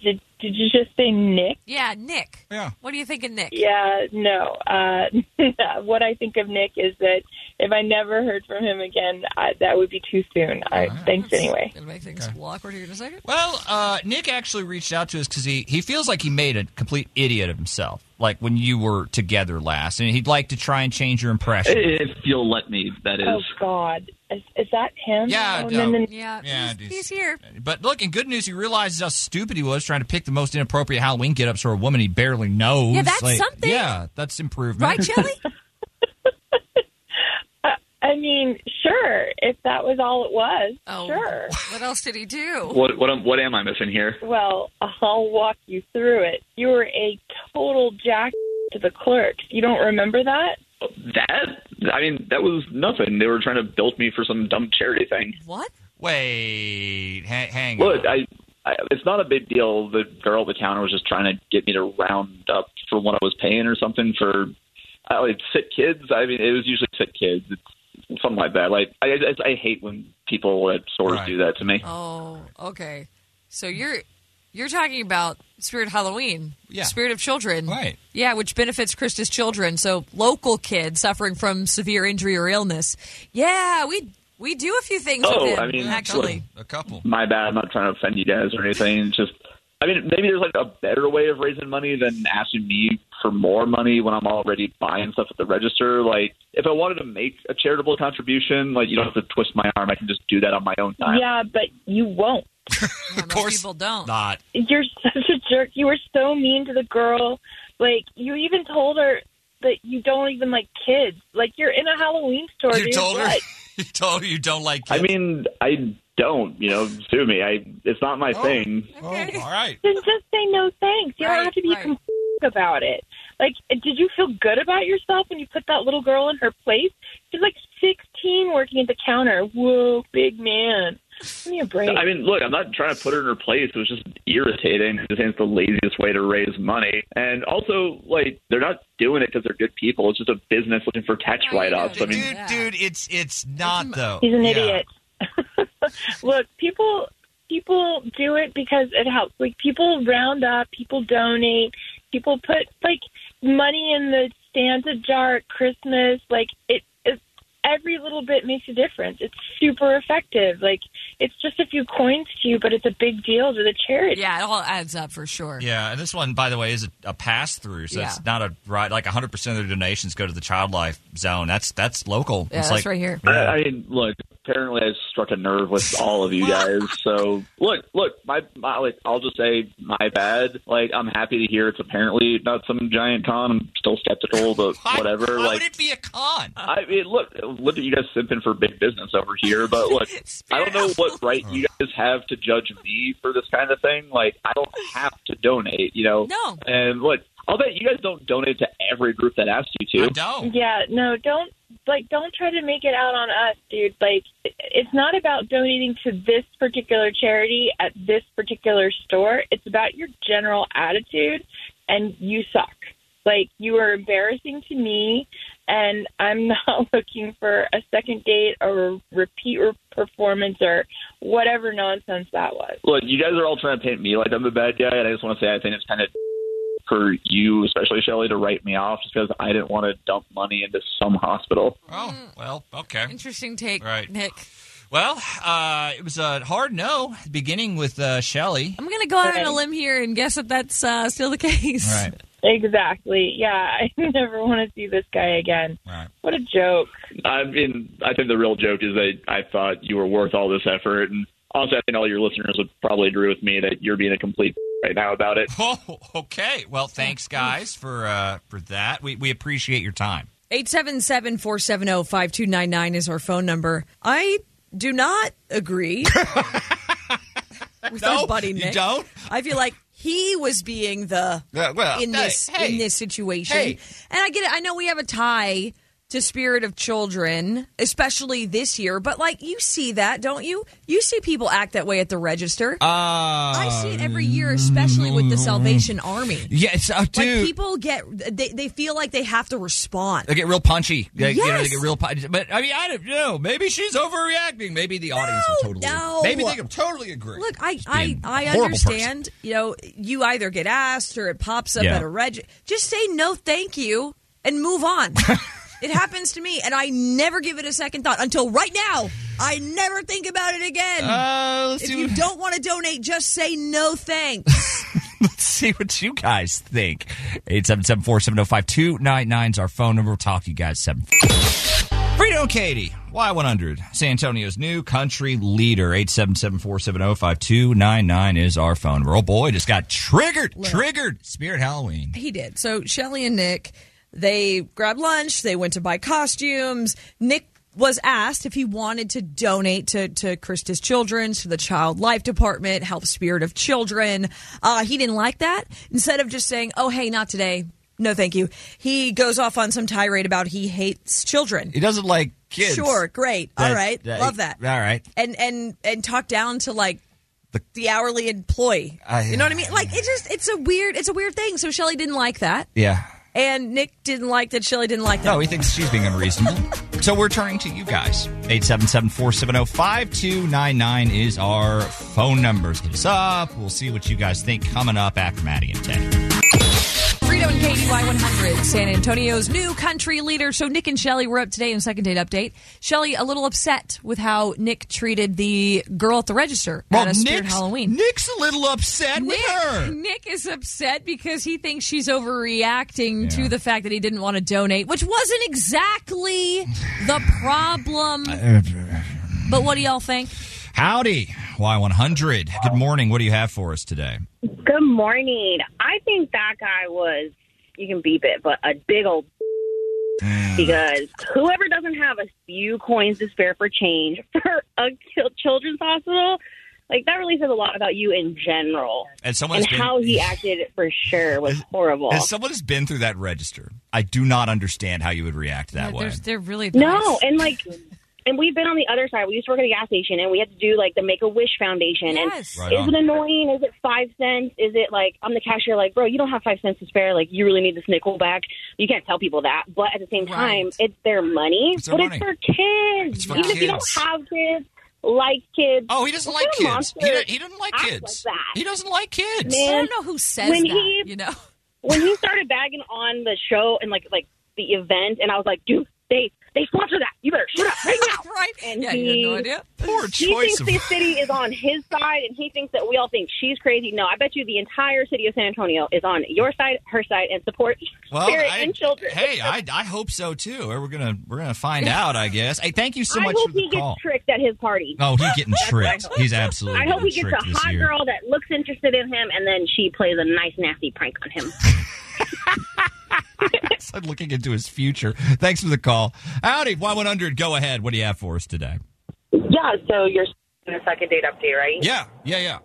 Did, did you just say Nick?
Yeah, Nick.
Yeah.
What do you think of Nick?
Yeah, no. Uh, what I think of Nick is that if I never heard from him again, I, that would be too soon. I, Thanks anyway.
It'll make things a little awkward here in a second.
Well, uh, Nick actually reached out to us because he, he feels like he made a complete idiot of himself, like when you were together last, and he'd like to try and change your impression.
If you'll let me, that is.
Oh God, is, is that him?
Yeah,
Oh,
no.
no, no, no.
Yeah,
Yeah,
he's,
it is.
he's here.
But look, in good news, he realizes how stupid he was trying to pick the most inappropriate Halloween get-ups for a woman he barely knows.
Yeah, that's something.
Yeah, that's improvement.
Right, Shelly?
I mean, sure. If that was all it was, sure.
Oh, What else did he do?
What what am, what am I missing here?
Well, I'll walk you through it. You were a total jack to the clerks. You don't remember that?
That I mean, that was nothing. They were trying to build me for some dumb charity thing.
What?
Wait, ha- hang on.
Look, I, I it's not a big deal. The girl at the counter was just trying to get me to round up for what I was paying or something for I like sick kids. I mean, it was usually sick kids. It's something like that. Like I, I, I hate when people at stores do that to me.
Oh, okay. So you're you're talking about Spirit Halloween,
Yeah.
Spirit of Children,
Right.
Yeah, which benefits Krista's children. So local kids suffering from severe injury or illness. Yeah, we we do a few things
Oh,
with them.
I mean,
actually,
a couple.
My bad. I'm not trying to offend you guys or anything. It's just, I mean, maybe there's like a better way of raising money than asking me for more money when I'm already buying stuff at the register. Like, if I wanted to make a charitable contribution, like you don't have to twist my arm. I can just do that on my own time.
Yeah, but you won't.
of course people don't.
Not.
You're such a jerk. You were so mean to the girl. Like you even told her that you don't even like kids. Like you're in a Halloween store.
You
dude.
told her.
What?
you told her you don't like.
I mean, I don't. You know, sue me. I. It's not my thing.
Oh, all right.
Then just say no thanks. You don't have to be right. about it. Like, did you feel good about yourself when you put that little girl in her place? She's like 16 working at the counter. Whoa, big man. Give me a break.
I mean, look, I'm not trying to put her in her place. It was just irritating. I just think it's the laziest way to raise money. And also, like, they're not doing it because they're good people. It's just a business looking for tax write-offs. I mean,
dude, dude, it's it's not though.
He's an
Yeah.
idiot. Look, people people do it because it helps. Like people round up, people donate, people put like money in the Santa jar at Christmas. Like it, it every little bit makes a difference. It's super effective. Like it's just a few coins to you, but it's a big deal to the charity.
Yeah, it all adds up for sure.
Yeah, and this one, by the way, is a, a pass through, so it's
Yeah.
not a right. Like 100 percent of the donations go to the child life zone. That's that's local.
Yeah,
it's
that's
like,
right here.
I, I mean, look. Apparently, I struck a nerve with all of you guys. So, look, look. My, my, like, I'll just say my bad. Like, I'm happy to hear it's apparently not some giant con. I'm still skeptical, but whatever.
Why
like,
would it be a con?
I mean, look, look at you guys simping for big business over here, but look, I don't know what right you guys have to judge me for this kind of thing. Like, I don't have to donate, you know?
No.
And look, I'll bet you guys don't donate to every group that asks you
I
to.
Oh.
don't.
Yeah, no, don't like don't try to make it out on us, dude. Like it- it's not about donating to this particular charity at this particular store. It's about your general attitude and you suck. Like you are embarrassing to me and I'm not looking for a second date or a repeat re- performance or whatever nonsense that was.
Look, you guys are all trying to paint me like I'm the bad guy, and I just want to say I think it's kind of for you, especially Shelley, to write me off just because I didn't want to dump money into some hospital.
Oh well, okay.
Interesting take,
Right.
Nick.
Well, uh, it was a hard no, beginning with uh, Shelly.
I'm gonna go out on a limb here and guess that that's uh, still the case.
Right,
Exactly. Yeah, I never want to see this guy again.
right.
What a
Oh.
joke.
I mean, I think the real joke is that I thought you were worth all this effort, and also I think all your listeners would probably agree with me that you're being a complete right now about it.
Oh, okay. Well, thanks guys for uh, for that. We we appreciate your time.
877 470 5299 is our phone number. I do not agree with our buddy
you
Nick.
don't?
I feel like he was being the
Yeah, well,
in
hey,
this
hey.
in this situation.
Hey.
And I get it. I know we have a tie to Spirit of Children, especially this year, but like you see that, don't you? You see people act that way at the register.
Uh,
I
Um,
see it every year, especially with the Salvation Army.
Yes, uh,
Like
dude.
people get they, they feel like they have to respond.
they get real punchy. They, you know, they
Yes.
get real punchy. But I mean, I don't know. Maybe she's overreacting. Maybe the audience will totally.
no.
Maybe they can totally agree.
Look, I I,
being
I
a horrible
understand. You know, you either get asked or it pops up
Yeah.
at a reg. Just say no, thank you, and move on. it happens to me, and I never give it a second thought until right now. I never think about it again.
Uh, let's
if
see
you
what-
don't want to donate, just say no, thanks.
Let's see what you guys think. 877 470 5299 is our phone number. We'll talk to you guys 7 Frito Katie, Y100, San Antonio's new country leader. 877 470 5299 is our phone number. Oh boy, just got triggered. Triggered. Spirit Halloween.
he did. So Shelly and Nick, they grabbed lunch. They went to buy costumes. Nick was asked if he wanted to donate to to Krista's Children's to the Child Life Department, help Spirit of Children. Uh, he didn't like that. Instead of just saying, "Oh, hey, not today." No, thank you. He goes off on some tirade about he hates children.
He doesn't like kids.
Sure, great.
That-
All right. Love that.
All right.
And and and talk down to like the, hourly employee.
I-
you know what I mean? Like it just it's a weird it's a weird thing. So Shelly didn't like that.
Yeah.
And Nick didn't like that Shelly didn't like that.
No, he thinks she's being unreasonable. so we're turning to you guys. oh, 877-470-5299 is our phone numbers. Hit us up. We'll see what you guys think coming up after Maddie and Tay.
Frito and Katie Y100, San Antonio's new country leader. So Nick and Shelly were up today in second date update. Shelly a little upset with how Nick treated the girl at the register
Well,
at a Spirit
Nick's-
Halloween.
Nick's a little upset
Nick, Nick is upset because he thinks she's overreacting to the fact that he didn't want to donate, which wasn't exactly the problem.
uh,
But what do y'all think?
Howdy, Y100. Good morning. What do you have for us today?
Good morning. I think that guy was, you can beep it, but a big old because whoever doesn't have a few coins to spare for change for a chil- children's hospital, like that really says a lot about you in general.
And someone's been-
how he acted for sure was horrible.
As someone has been through that register, I do not understand how you would react that way.
They're really
No, and like, and we've been on the other side. We used to work at a gas station, and we had to do like the Make a Wish Foundation.
Yes.
And
Right
is
on.
it annoying? Is it five cents? Is it like I'm the cashier? Like, bro, you don't have five cents to spare. Like, you really need this nickel back. You can't tell people that. But at the same time, it's their money.
It's their
but
money.
it's their kids.
It's for
Even if you don't
kids.
have kids, like kids.
Oh, he doesn't
What
like
kind of
kids. He
monster
don't- he doesn't like
acts
kids.
Like that?
He doesn't like kids.
Man,
I don't know who says
when
that,
he-
you know.
when he started bagging on the show and like like the event, and I was like, dude, they they sponsor that. You better shut up right now.
right?
And
Yeah,
he,
you had no idea.
Poor
he
choice
thinks
of
the city is on his side, and he thinks that we all think she's crazy. No, I bet you the entire city of San Antonio is on your side, her side, and support
Well,
spirit
I-
and children.
Hey, I, I hope so too. We're gonna we're gonna find out, I guess. Hey, thank you so
I
much
hope
for
he
the call.
gets tricked at his party.
oh, he's getting
what I
tricked.
hope.
He's absolutely.
I hope he
getting
gets
tricked
a
this
hot
year.
girl that looks interested in him, and then she plays a nice, nasty prank on him.
I'm looking into his future. Thanks for the call. Howdy, Y100. Go ahead. What do you have for us today?
Yeah, so you're in a second date update, right?
Yeah, yeah, yeah.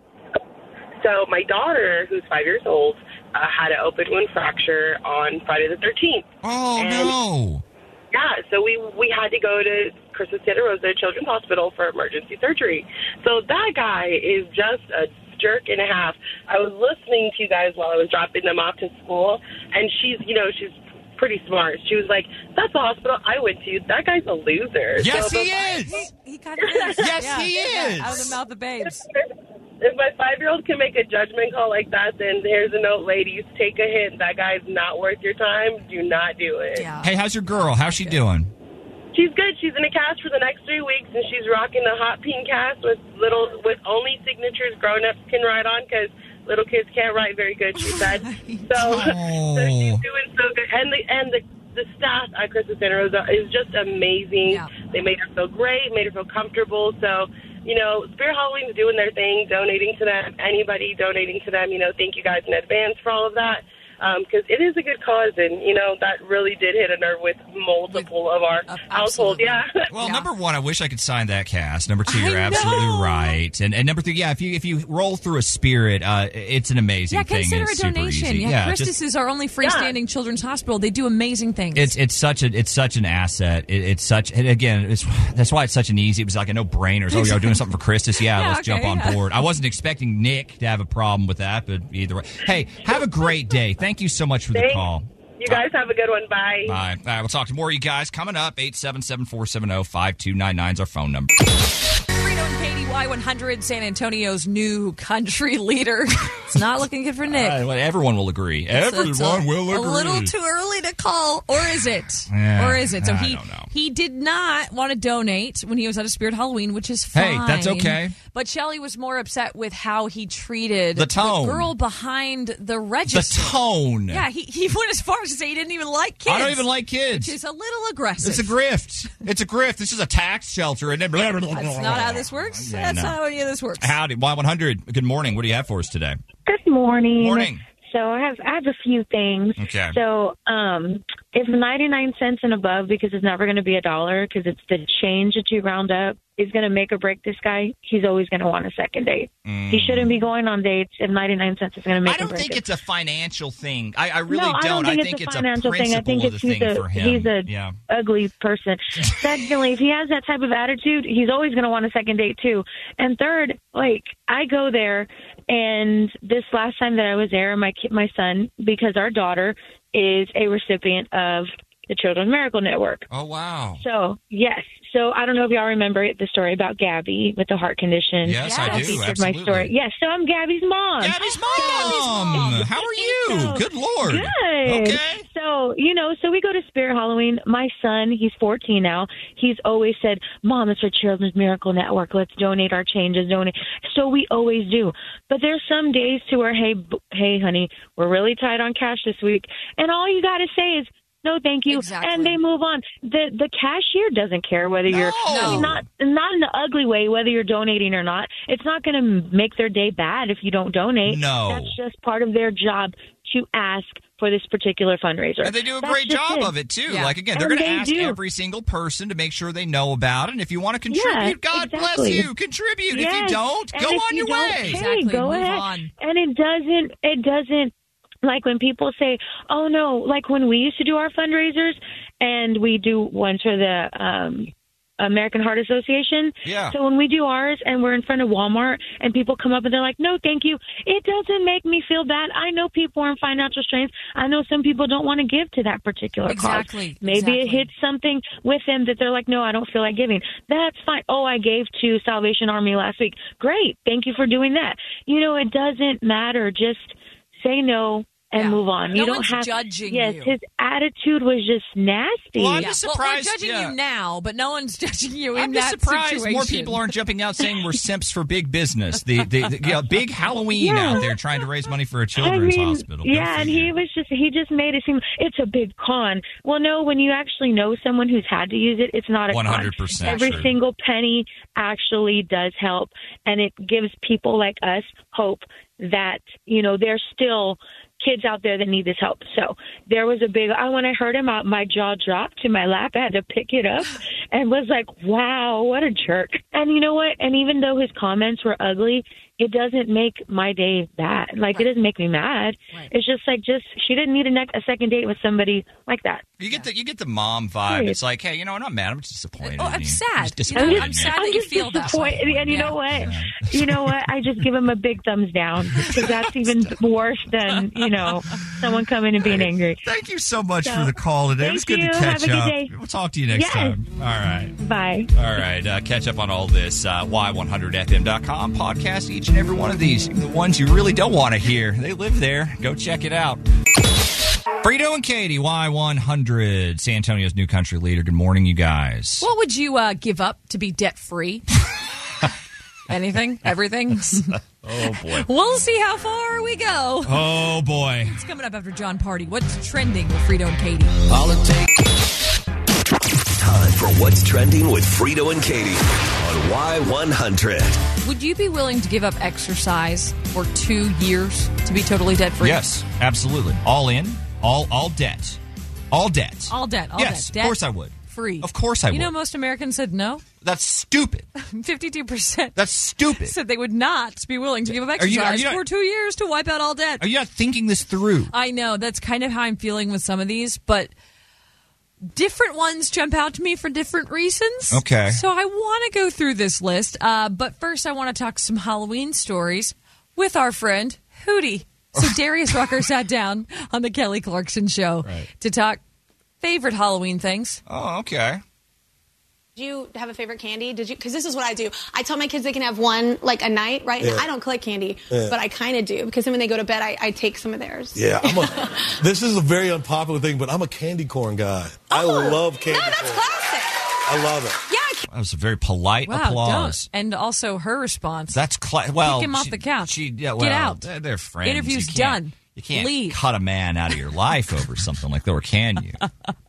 So my daughter, who's five years old, uh, had an open wound fracture on Friday the 13th.
Oh no!
Yeah, so we we had to go to Christmas Santa Rosa Children's Hospital for emergency surgery. So that guy is just a jerk and a half. I was listening to you guys while I was dropping them off to school, and she's you know she's pretty smart. She was like, "That's the hospital I went to. That guy's a loser."
Yes,
So
he
the-
is.
He kind of is.
Yes,
Yeah,
he
yeah, Out of
is.
the mouth of babes.
if my five year old can make a judgment call like that, then here's a note, ladies. Take a hint. That guy's not worth your time. Do not do it.
Hey, how's your girl? How's she doing?
She's good. She's in a cast for the next three weeks, and she's rocking a hot pink cast with little with only signatures grown ups can write on because little kids can't write very good. She said. So, so she's doing so good, and the and the. The staff at Christmas Santa Rosa is just amazing. They made her feel great, made her feel comfortable. So, you know, Spirit Halloween's doing their thing, donating to them. Anybody donating to them, you know, thank you guys in advance for all of that because it is a good cause, and you know that really did hit a nerve with multiple of our households. Yeah.
Well, number one, I wish I could sign that cast. Number two, you're absolutely right. And and number three, yeah, if you if you roll through a spirit, uh, it's an amazing
Yeah,
thing.
consider
and
a
it's super
donation.
easy.
Yeah, Christus
just-
is our only freestanding children's hospital. They do amazing things.
It's it's such a it's such an asset. It, it's such and again it's that's why it's such an easy. It was like a no brainer. Oh, you're doing something for Christus. Yeah,
Yeah,
let's
okay,
jump on
yeah.
board. I wasn't expecting Nick to have a problem with that, but either way, hey, have a great day. Thank you so much for the
Thanks.
call.
You guys have a good one. Bye.
Bye. All right, we'll talk to more of you guys coming up. oh, 877-470-5299 is our phone number.
Frito and Katie Y100, San Antonio's new country leader. It's not looking good for Nick.
Uh, well, everyone will agree.
So
Everyone
it's a-
will agree.
A little too early to call, or is it?
Yeah,
or is it? So
I
he
don't know.
he did not want to donate when he was at a Spirit Halloween, which is
Hey,
fine.
that's okay.
But Shelly was more upset with how he treated
The tone.
girl behind the
the
register.
tone.
Yeah, he, he went as far as to say he didn't even like kids.
I don't even like kids.
Which is a little aggressive.
It's a grift. It's a grift. This is a tax shelter. And then blah, blah, blah, blah,
That's
blah.
not how this works.
Yeah,
That's
no.
not how any of this works.
Howdy, Y100. Good morning. What do you have for us today?
Good morning.
Morning.
So I have I have a few things.
Okay.
So um, it's ninety nine cents and above because it's never going to be a dollar because it's the change that you round up is going to make or break this guy, he's always going to want a second date.
Mm.
He shouldn't be going on dates if 99 cents is going to make
I
or
don't
break
think
it.
it's a financial thing. I, I really
no, I don't think,
think it's
it's a
a
financial
principle
thing. I think
of
it's
the
he's
thing
a
for him.
he's a
yeah.
ugly person. Secondly, if he has that type of attitude, he's always going to want a second date too. And third, like I go there, and this last time that I was there, my kid, my son, because our daughter is a recipient of the Children's Miracle Network.
Oh wow.
So yes, so I don't know if y'all remember the story about Gabby with the heart condition.
Yes, I
That
do,
featured
absolutely.
My story. Yes, so I'm Gabby's mom.
Gabby's mom. How are you? Good lord.
Oh, Good.
Okay.
So you know, so we go to Spirit Halloween. My son, he's 14 now. He's always said, "Mom, it's for Children's Miracle Network. Let's donate our changes. Donate." So we always do. But there's some days to where, hey, b- hey, honey, we're really tight on cash this week, and all you got to say is. No, thank you. And they move on. The the cashier doesn't care whether you're I mean, not not in an ugly way whether you're donating or not. It's not going to make their day bad if you don't donate.
No.
that's just part of their job to ask for this particular fundraiser.
And they do a
That's
great
just
job of it too. Like again, they're
And
going to
they
ask
do.
every single person to make sure they know about it. And if you want to contribute,
Yeah,
God bless
exactly.
you. Contribute. If you
Yes,
don't,
and
go
if
on
you
your
don't,
way.
Hey, go ahead. And it doesn't. It doesn't. Like when people say, "Oh no!" Like when we used to do our fundraisers, and we do one for the um, American Heart Association.
Yeah.
So when we do ours, and we're in front of Walmart, and people come up and they're like, "No, thank you." It doesn't make me feel bad. I know people are in financial strains. I know some people don't want to give to that particular cause.
Exactly,
Maybe it
exactly.
hits something with them that they're like, no, I don't feel like giving. That's fine. Oh, I gave to Salvation Army last week. Great. Thank you for doing that. You know, it doesn't matter. Just say no and move on.
No
you don't
one's
have
judging
Yes,
you.
his attitude was just nasty.
Well, I'm just surprised.
We're judging
yeah.
you now, but no one's judging you in
I'm just
that
surprised
situation.
more people aren't jumping out saying we're simps for big business. The the, the you know, big Halloween
Yeah.
out there trying to raise money for a children's
I mean,
hospital. Go
Yeah, and he was just he just made it seem it's a big con. Well, no, when you actually know someone who's had to use it, it's not a con.
100%
Every
true.
single penny actually does help, and it gives people like us hope that you know there's still kids out there that need this help. So there was a big. I when I heard him out, my jaw dropped to my lap. I had to pick it up and was like, "Wow, what a jerk!" And you know what? And even though his comments were ugly, it doesn't make my day bad. Like it doesn't make me mad. It's just like just she didn't need a, nec- a second date with somebody like that.
You get the you get the mom vibe.
Period.
It's like, hey, you know, I'm not mad. I'm just disappointed.
Oh,
in
I'm
you.
sad.
I'm just
You know, I'm
disappointed. in you.
sad that
I'm
you
just
feel that way.
disappointed. And you know what? You know what? I just give him a big thumbs down because that's even worse than you know someone coming and being angry.
Thank you so much for the call today. it was good
Thank
to
you.
catch
Have a good
up.
day.
We'll talk to you next
Yes.
time. All right.
Bye.
All right. Uh, catch up on all this. Uh, Y100FM.com podcast each and every one of these. Even the ones you really don't want to hear. They live there. Go check it out. Frito and Katie, Y100, San Antonio's new country leader. Good morning, you guys.
What would you uh, give up to be debt free? Anything? Everything?
Oh, boy.
we'll see how far we go.
Oh, boy.
It's coming up after John Party. What's trending with Frito and Katie?
All it Time for what's trending with Frito and Katie on Y100.
Would you be willing to give up exercise for two years to be totally debt free?
Yes, absolutely. All in, all all debt. All debt.
All debt. All
yes,
debt. debt.
of course I would.
Free.
Of course I
You
would.
know, most Americans said no.
That's stupid.
52%
That's stupid.
said they would not be willing to give up
Are
exercise
you- are you not-
for two years to wipe out all debt.
Are you not thinking this through?
I know. That's kind of how I'm feeling with some of these, but different ones jump out to me for different reasons.
Okay.
So I want to go through this list, uh, but first I want to talk some Halloween stories with our friend Hootie. So Darius Rucker sat down on the Kelly Clarkson show to talk favorite Halloween things.
Oh, okay.
Do you have a favorite candy? Did you? Because this is what I do. I tell my kids they can have one like a night, right?
Yeah.
I don't collect candy,
Yeah.
but I kind of do because then when they go to bed, I, I take some of theirs.
Yeah, I'm a, this is a very unpopular thing, but I'm a candy corn guy. I love candy corn. Oh, No, that's classic. I love it.
Yeah.
That was a very polite
Wow.
applause.
don't. And also her response.
That's cla- well.
Kick him off
she-
the couch.
She, yeah,
Get
well,
out.
They're, they're friends.
Interview's
You can't-
done.
You can't
Leave.
cut a man out of your life over something like that, or can you?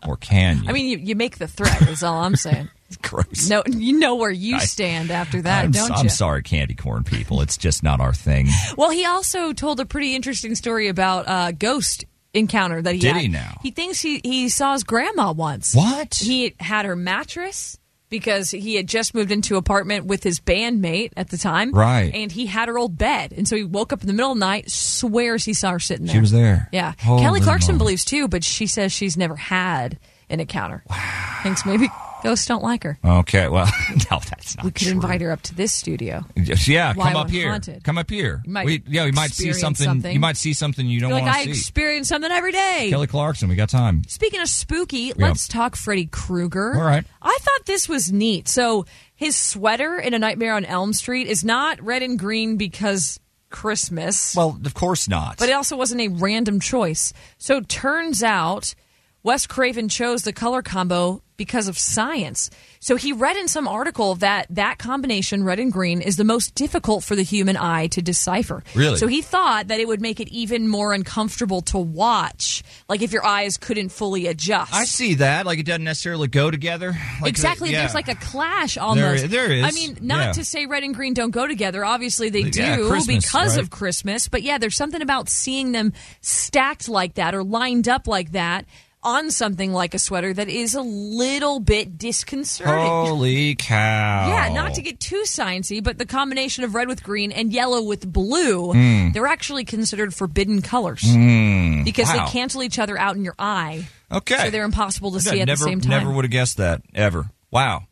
Or can you?
I mean, you, you make the threat. Is all I'm saying.
Gross.
No, you know where you
I-
stand after that,
I'm,
don't
I'm
you?
sorry, candy corn people. It's just not our thing.
Well, he also told a pretty interesting story about a ghost encounter that he
Did
had.
he now?
He thinks he, he saw his grandma once.
What?
He had her mattress. because he had just moved into an apartment with his bandmate at the time.
Right.
And he had her old bed. And so he woke up in the middle of the night, swears he saw her sitting there.
She was there.
Yeah.
Holy
Kelly Clarkson
moly.
believes too, but she says she's never had an encounter. Wow. Thinks maybe ghosts don't like her.
Okay, well, no, that's not.
We could invite her up to this studio.
Yeah,
Why
come up
we're
here.
haunted.
Come up here.
You might
we, yeah, we might see
experience
something,
something.
You might see something you don't
You're like,
want
I
to see.
experience something every day.
Kelly Clarkson, we got time.
Speaking of spooky, let's talk Freddy Krueger.
All right.
I thought this was neat. So his sweater in A Nightmare on Elm Street is not red and green because Christmas.
Well, of course not.
But it also wasn't a random choice. So turns out Wes Craven chose the color combo because of science. So he read in some article that that combination, red and green, is the most difficult for the human eye to decipher.
Really?
So he thought that it would make it even more uncomfortable to watch, like if your eyes couldn't fully adjust.
I see that. Like it doesn't necessarily go together. Like, uh,
exactly.
yeah.
There's like a clash almost.
there is,
I mean, not
yeah.
to say red and green don't go together. Obviously, they do
Yeah, Christmas,
because
right?
of Christmas. But yeah, there's something about seeing them stacked like that or lined up like that on something like a sweater that is a little bit disconcerting.
Holy cow!
Yeah, not to get too sciencey, but the combination of red with green and yellow with blue,
Mm.
they're actually considered forbidden colors
Mm,
because
wow.
they cancel each other out in your eye.
Okay.
So they're impossible to
Yeah,
see at
never,
the same time.
Never would have guessed that ever. Wow.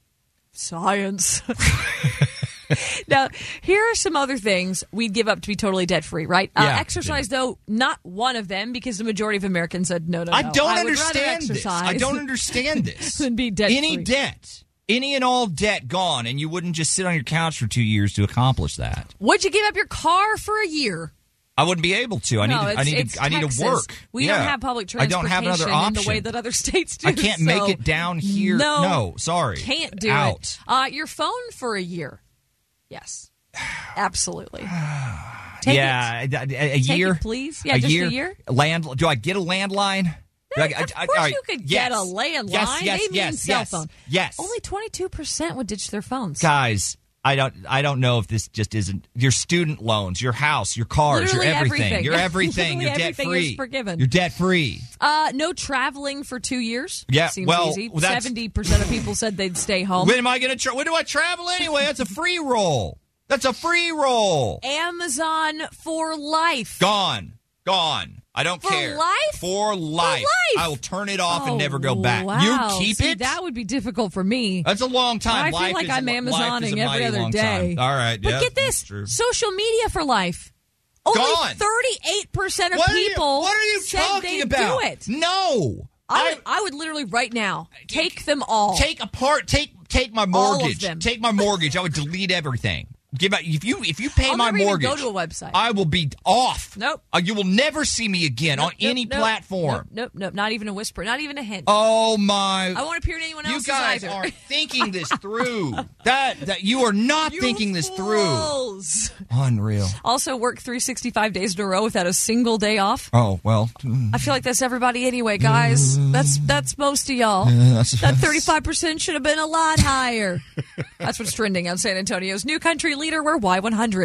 Science. now, here are some other things we'd give up to be totally debt free, right? Uh,
Yeah.
exercise, though, not one of them because the majority of Americans said no, no,
I
no.
don't
would rather
understand this.
exercise
I don't understand this.
than be debt
Any debt, any and all debt gone, and you wouldn't just sit on your couch for two years to accomplish that.
Would you give up your car for a year?
I wouldn't be able to. I
no,
need. To, I
it's-
need.
it's
To, I need
Texas.
to work.
We
Yeah.
don't have public
I
transportation
don't have another option.
in the way that other states do.
I can't
so
make it down here.
No,
sorry,
Can't do
Out.
it. Uh, your phone for a year. Yes, absolutely. Take
yeah, a- a, a
Take it,
year,
please. Yeah, just a year.
Land? Do I get a landline? Do I,
Of
I- I-
course,
all right,
you could
yes.
get a landline.
Yes, yes,
they mean
yes,
cell
yes,
phone.
Yes,
Only twenty two percent would ditch their phones.
guys. I don't. I don't know if this just isn't your student loans, your house, your cars,
Literally
your everything,
everything.
your everything. you're
Literally
debt
everything
free.
is forgiven.
You're debt free.
Uh, no traveling for two years.
Yeah,
seems
well,
easy.
well, that's-
Seventy percent of people said they'd stay home.
When am I gonna? Tra- when do I travel anyway? That's a free roll. That's a free roll.
Amazon for life.
Gone. Gone. I don't
For
care.
life?
For life.
life.
I will turn it off
Oh,
and never go back.
wow.
You keep
See,
it?
That would be difficult for me.
That's a long time.
I feel
Life
like
is
I'm
a- life is a
Amazoning every
mighty
other
long
day.
time. All right,
But
yeah,
get
that's
this:
true.
social media for life. Only
Gone.
thirty-eight percent of
What are you-
people.
what are you
said
talking
they'd
about?
Do it.
No,
I would, I would literally right now take them all.
Take apart. Take take my
All of
mortgage.
them.
Take my mortgage. I would delete everything. Give out if you if you pay
I'll
my
never even
mortgage.
go to a website.
I will be off.
Nope.
Uh, you will never see me again on any
Nope, nope,
platform.
Nope, nope, nope, not even a whisper, not even a hint.
Oh my!
I won't appear in anyone
You
else's
guys
either.
aren't thinking this through. that that you are not thinking this
Fools.
through. Unreal.
Also, work 365 days in a row without a single day off.
Oh well.
I feel like that's everybody anyway, guys. That's that's most of y'all.
Yeah, that's-
that 35% should have been a lot higher. that's what's trending on San Antonio's new country leader. We're Y100.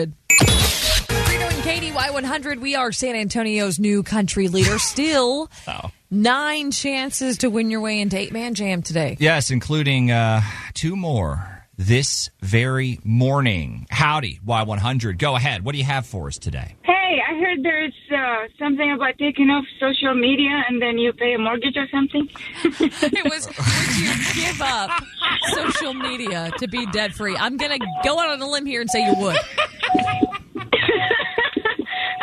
Reno and Katie, Y100, we are San Antonio's new country leader. Still, nine chances to win your way in Date Man Jam today.
Yes, including uh, two more this very morning. Howdy, Y100. Go ahead. What do you have for us today?
Hey, I heard there's uh, something about taking off social media and then you pay a mortgage or something.
it was would you give up social media to be debt free? I'm gonna go out on a limb here and say you would.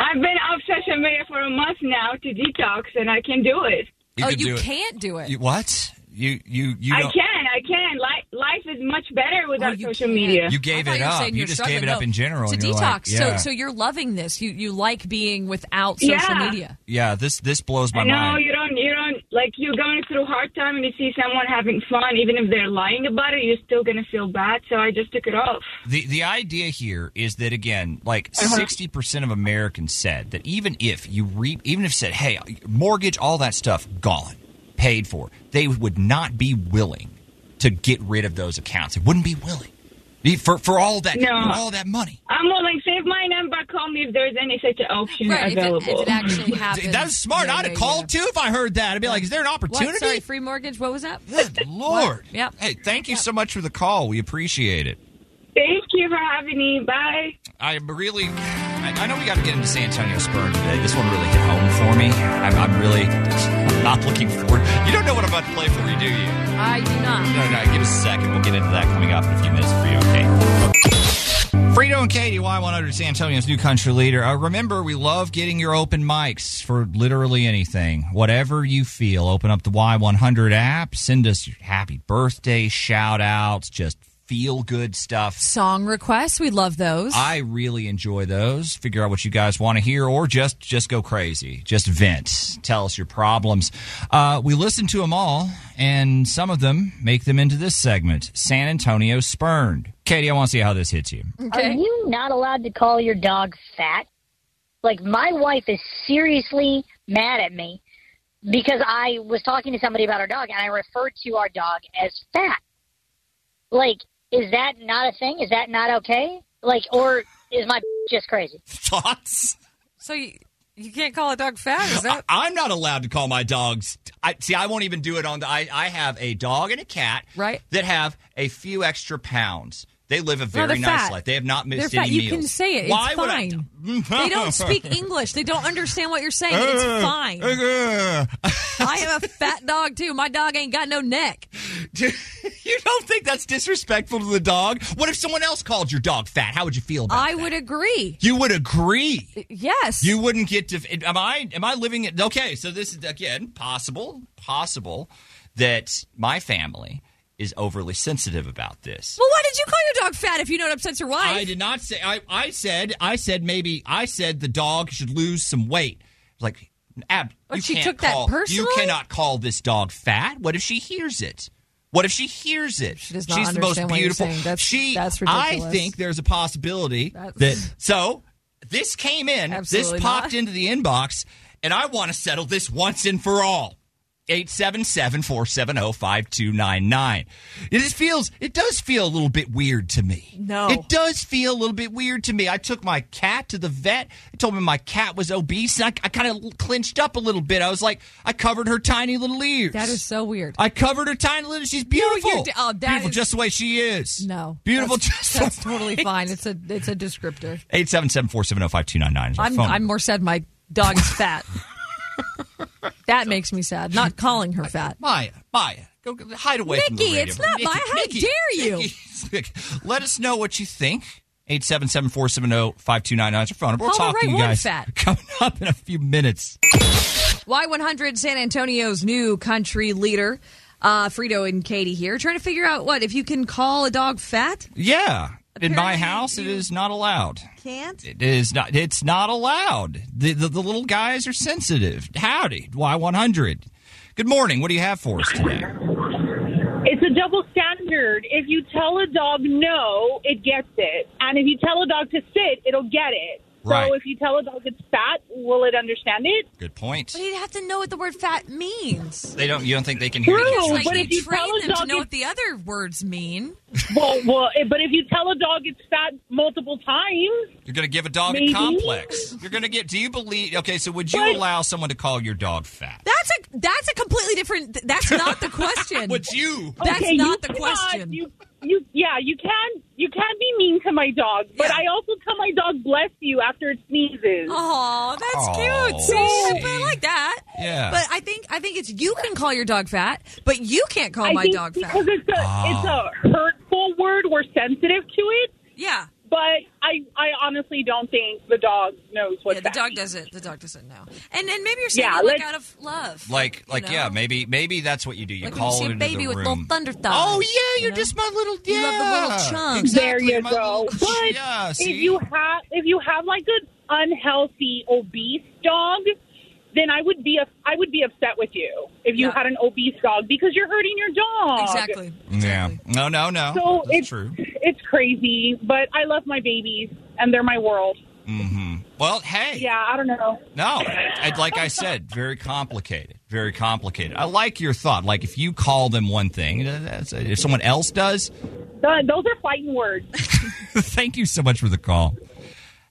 I've been off social media for a month now to detox, and I can do it.
You
oh,
can
you
do it.
can't do it.
You- what? You you you
I
don't-
can, I can. Life, life is much better
Oh,
without social media.
You gave it up. You, just gave it up in general.
It's a
and you're
detox.
like, yeah.
So so you're loving this. You you like being without social
Yeah.
media.
yeah, this this blows my
no,
mind.
you don't. You don't like you're going through hard time, and you see someone having fun, even if they're lying about it, you're still gonna feel bad. So I just took it off.
The the idea here is that again, like
Uh-huh.
60 percent of Americans said that even if you re, even if said, hey, mortgage, all that stuff gone, paid for, they would not be willing to get rid of those accounts. They wouldn't be willing. For for all that,
no.
for all that money.
I'm more like save my number. Call me if there's any such option available.
Dude, That's smart. I'd have called too if I heard that. I'd be like, "Is there an opportunity?"
What? Sorry, free mortgage. What was that?
Good Lord.
Yep.
Hey, thank you so much for the call. We appreciate it.
Thank you for having me. Bye.
I'm really. I, I know we got to get into San Antonio Spurs today. This one really hit home for me. I'm, I'm really not looking forward. You don't know what I'm about to play for you, do you?
I do not.
No, no, no. Give us a second. We'll get into that coming up in a few minutes for you. Okay. Frito and Katie, Y100 San Antonio's new country leader. Uh, remember, we love getting your open mics for literally anything. Whatever you feel, open up the Y100 app, send us your happy birthday shout outs, just feel good stuff.
Song requests. We love those.
I really enjoy those. Figure out what you guys want to hear, or just just go crazy, just vent, tell us your problems. Uh, we listen to them all, and some of them make them into this segment: San Antonio spurned. Katie, I want to see how this hits you.
Are you not allowed to call your dog fat? Like, my wife is seriously mad at me because I was talking to somebody about our dog and I referred to our dog as fat. Like, is that not a thing? Is that not okay? Like, or is my just crazy?
Thoughts?
So you, you can't call a dog fat? Is that?
I, am not allowed to call my dogs. I see. I won't even do it on the. I, I have a dog and a cat,
Right.
That have a few extra pounds. They live a
No,
very
they're
nice
fat.
life. They have not
They're
missed
fat.
any
you
meals.
can say it. It's
Why would I-
fine. they don't speak English. They don't understand what you're saying. It's fine. I have a fat dog too. My dog ain't got no neck.
you don't think that's disrespectful to the dog? What if someone else called your dog fat? How would you feel about
I would agree.
You would agree.
Yes.
You wouldn't get to. Am I? Am I living it? Okay. So this is again possible. Possible that my family is overly sensitive about this.
Well, why did you call your dog fat if you know it upsets your wife?
I did not say. I, I said. I said maybe. I said the dog should lose some weight. Like, Ab,
But
you
she
can't
took that
call- You
personally?
cannot call this dog fat. What if she hears it? What if she hears it? She
does not
She's the most
understand what you're
beautiful.
saying. That's-
she.
that's
I
ridiculous.
think there's a possibility
That's-
that. So this came in.
Absolutely
this popped
not.
into the inbox, and I want to settle this once and for all. 877 470 5299. It just feels, it does feel a little bit weird to me.
No.
It does feel a little bit weird to me. I took my cat to the vet. I told him my cat was obese, and I, I kind of clenched up a little bit. I was like, I covered her tiny little ears.
That is so weird.
I covered her tiny little. She's beautiful.
you're d- oh, that
beautiful
is-
just the way she is.
No.
Beautiful
That's,
just the
that's totally fine. It's a it's a descriptor.
877 470 5299 is our
I'm
phone.
I'm more sad my dog is fat. that makes me sad. Not calling her fat.
Maya, Maya, go go- hide away from the
Nikki,
radio.
it's not my- how dare you?
Nikki, let us know what you think. 877-470-5299 is your phone. number. We'll
Call the
talk to
right
you
one,
guys
fat.
coming up in a few minutes.
Y100 San Antonio's new country leader, uh, Frito and Katie here, trying to figure out what if you can call a dog fat.
Yeah. in my house, it is not allowed.
Can't.
It is not. It's not allowed. The, the, the little guys are sensitive. Howdy, Y100. Good morning. What do you have for us today?
It's a double standard. If you tell a dog no, it gets it. And if you tell a dog to sit, it'll get it.
Right.
So if you tell a dog it's fat, will it understand it?
Good point.
But he'd have to know what the word fat means.
They don't. You don't think they can hear the
True,
difference
but
between
if you
Train
tell a
them to
dog
know
it's
what the other words mean.
well, well, eh, but if you tell a dog it's fat multiple times,
You're going to give a dog a
Maybe.
complex. You're going to get. Do you believe? Okay, so would you allow someone to call your dog fat?
That's a that's a completely different. That's not the question.
Would you?
That's
okay,
not
you
the
cannot-
question.
You, you, yeah, you can, you can be mean to my dog, but I also tell my dog bless you after it sneezes.
Oh, that's
Aw,
cute.
see?
See, I like that.
Yeah.
But I think I think it's you can call your dog fat, but you can't call
I
my
think
dog fat.
because it's a it's a hurtful word. We're sensitive to it.
Yeah.
But I I honestly don't think the dog knows what.
Yeah, the
that
dog
means.
doesn't. The dog doesn't know. And and maybe you're saying
Yeah,
it, like
let's-
out of love.
Like, like, yeah, maybe, maybe that's what you do. You
Like when you
call
see a
it
baby
into the
with
room.
little thunder thighs.
Oh yeah, you're
know?
just my little yeah.
You love the little chunk.
Exactly,
there you
my
go.
little-
But
Yeah, see?
if you have if you have like an unhealthy obese dog, then I would be a, I would be upset with you if you
Yeah.
had an obese dog because you're hurting your dog.
Exactly.
Yeah. No, no, no.
So
that's
it's
true.
it's crazy, but I love my babies and they're my world.
hmm Well, hey.
Yeah, I don't know.
No, I, like I said, very complicated. Very uh, complicated. I like your thought. Like if you call them one thing, that's- if someone else does,
Th- Uh, Those are fighting words.
Thank you so much for the call.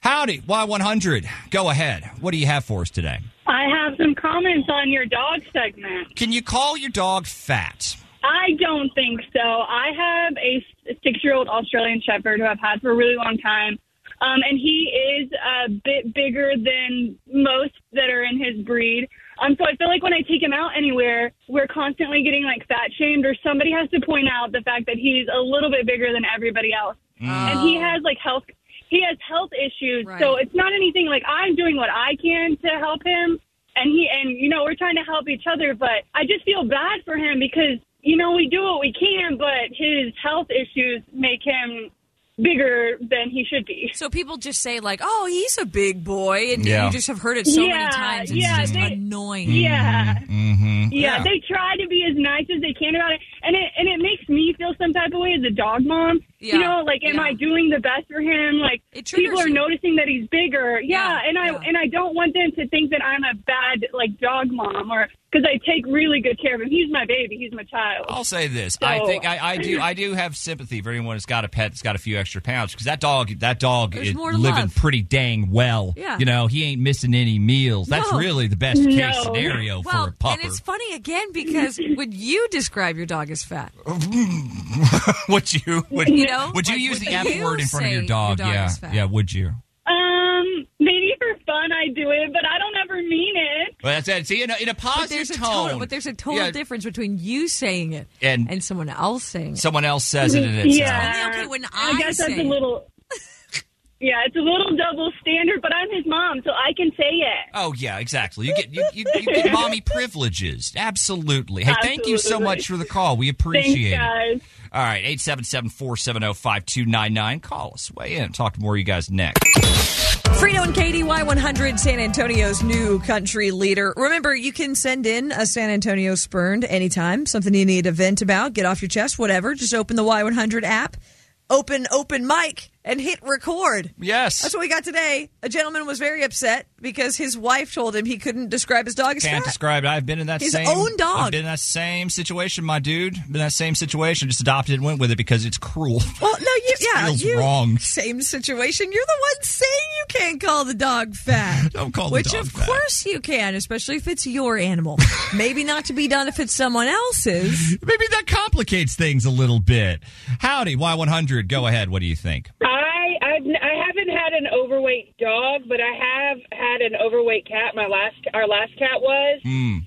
Howdy, Y100. Go ahead. What do you have for us today?
I have some comments on your dog segment.
Can you call your dog fat?
I don't think so. I have a six year old Australian Shepherd who I've had for a really long time. Um, and he is a bit bigger than most that are in his breed. Um, so I feel like when I take him out anywhere, we're constantly getting like fat shamed, or somebody has to point out the fact that he's a little bit bigger than everybody else. And he has like health he has health issues. So it's not anything like I'm doing what I can to help him and he and you know, we're trying to help each other, but I just feel bad for him because you know, we do what we can, but his health issues make him bigger than he should be.
So people just say like, "Oh, he's a big boy," and
Yeah.
you just have heard it so
Yeah,
many times. It's
yeah,
just
they-
annoying.
Yeah.
Mm-hmm.
Yeah, they try to be as nice as they can about it, and it and it makes me feel some type of way as a dog mom.
Yeah,
You know, like, am
yeah.
I doing the best for him? Like, people
triggers
are
you.
noticing that he's bigger. Yeah, and I and I don't want them to think that I'm a bad like dog mom, or because I take really good care of him. He's my baby. He's my child.
I'll say this. I
So-
think I, I do. I do have sympathy for anyone that's got a pet that's got a few extra pounds because that dog, that dog
There's
is
more to
living
love.
pretty dang well.
Yeah.
You know, he ain't missing any meals. That's
No.
really the best case scenario
well,
for a pupper.
And it's funny again because would you describe your dog as fat?
would you? Would
You know,
Would you
like,
use
would
the F
you
word in front of
say
your dog?
your dog
yeah.
is fat?
Yeah. Would you?
Um, maybe for fun I do it, but I don't ever mean it.
Well, that's it. See, in a, in a
But
positive
there's a
tone,
total, but there's a total
Yeah.
difference between you saying it
and
and someone else saying it.
someone else says it, and it's
yeah.
Okay, when
I,
I
guess that's
say
a
it.
little. yeah, it's a little double standard, but I'm his mom, so I can say it.
Oh yeah, exactly. You get you, you, you get mommy privileges. Absolutely. Hey, thank you so
Absolutely.
much for the call. We appreciate
Thanks,
it.
guys.
All right, oh, 877-470-5299. Call us. Weigh in. Talk to more of you guys next.
Frito and Katie, Y100, San Antonio's new country leader. Remember, you can send in a San Antonio spurned anytime, something you need to vent about, get off your chest, whatever. Just open the Y100 app, open open mic, and hit record.
Yes.
That's what we got today. A gentleman was very upset because his wife told him he couldn't describe his dog as
Can't
fat.
describe it. I've been in that
His
same
own dog.
I've been in that same situation, my dude. Been in that same situation. Just adopted it and went with it because it's cruel.
Well, no, you, yeah,
feels
you,
wrong.
Same situation. You're the one saying you can't call the dog fat.
Don't call the
Which
dog
of
fat.
course you can, especially if it's your animal. Maybe not to be done if it's someone else's.
Maybe that complicates things a little bit. Howdy, Y100. Go ahead. What do you think?
I I've, n- I haven't had an overweight dog, but I have had an overweight cat. My last our last cat was
Mm.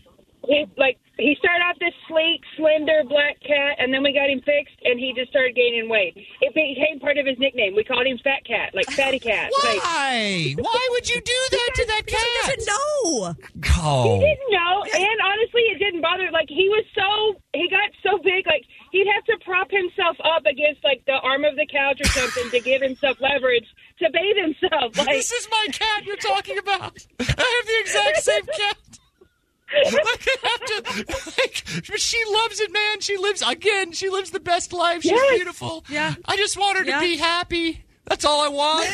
he like he started off this sleek, slender black cat, and then we got him fixed, and he just started gaining weight. It became part of his nickname. We called him Fat Cat, like Fatty Cat.
Why? Why would you do that to that cat? He
doesn't know.
Oh.
He didn't know, and honestly, it didn't bother. Like he was so he got so big, like he'd have to prop himself up against like the arm of the couch or something to give himself leverage to bathe himself. Like,
This
is my cat you're talking about. I have the exact same cat. Like, I have to, like, but she loves it, man. She lives again. She lives the best life. She's
Yes.
beautiful. Oh, Yeah. I just want her
Yeah.
to be happy. That's all I want.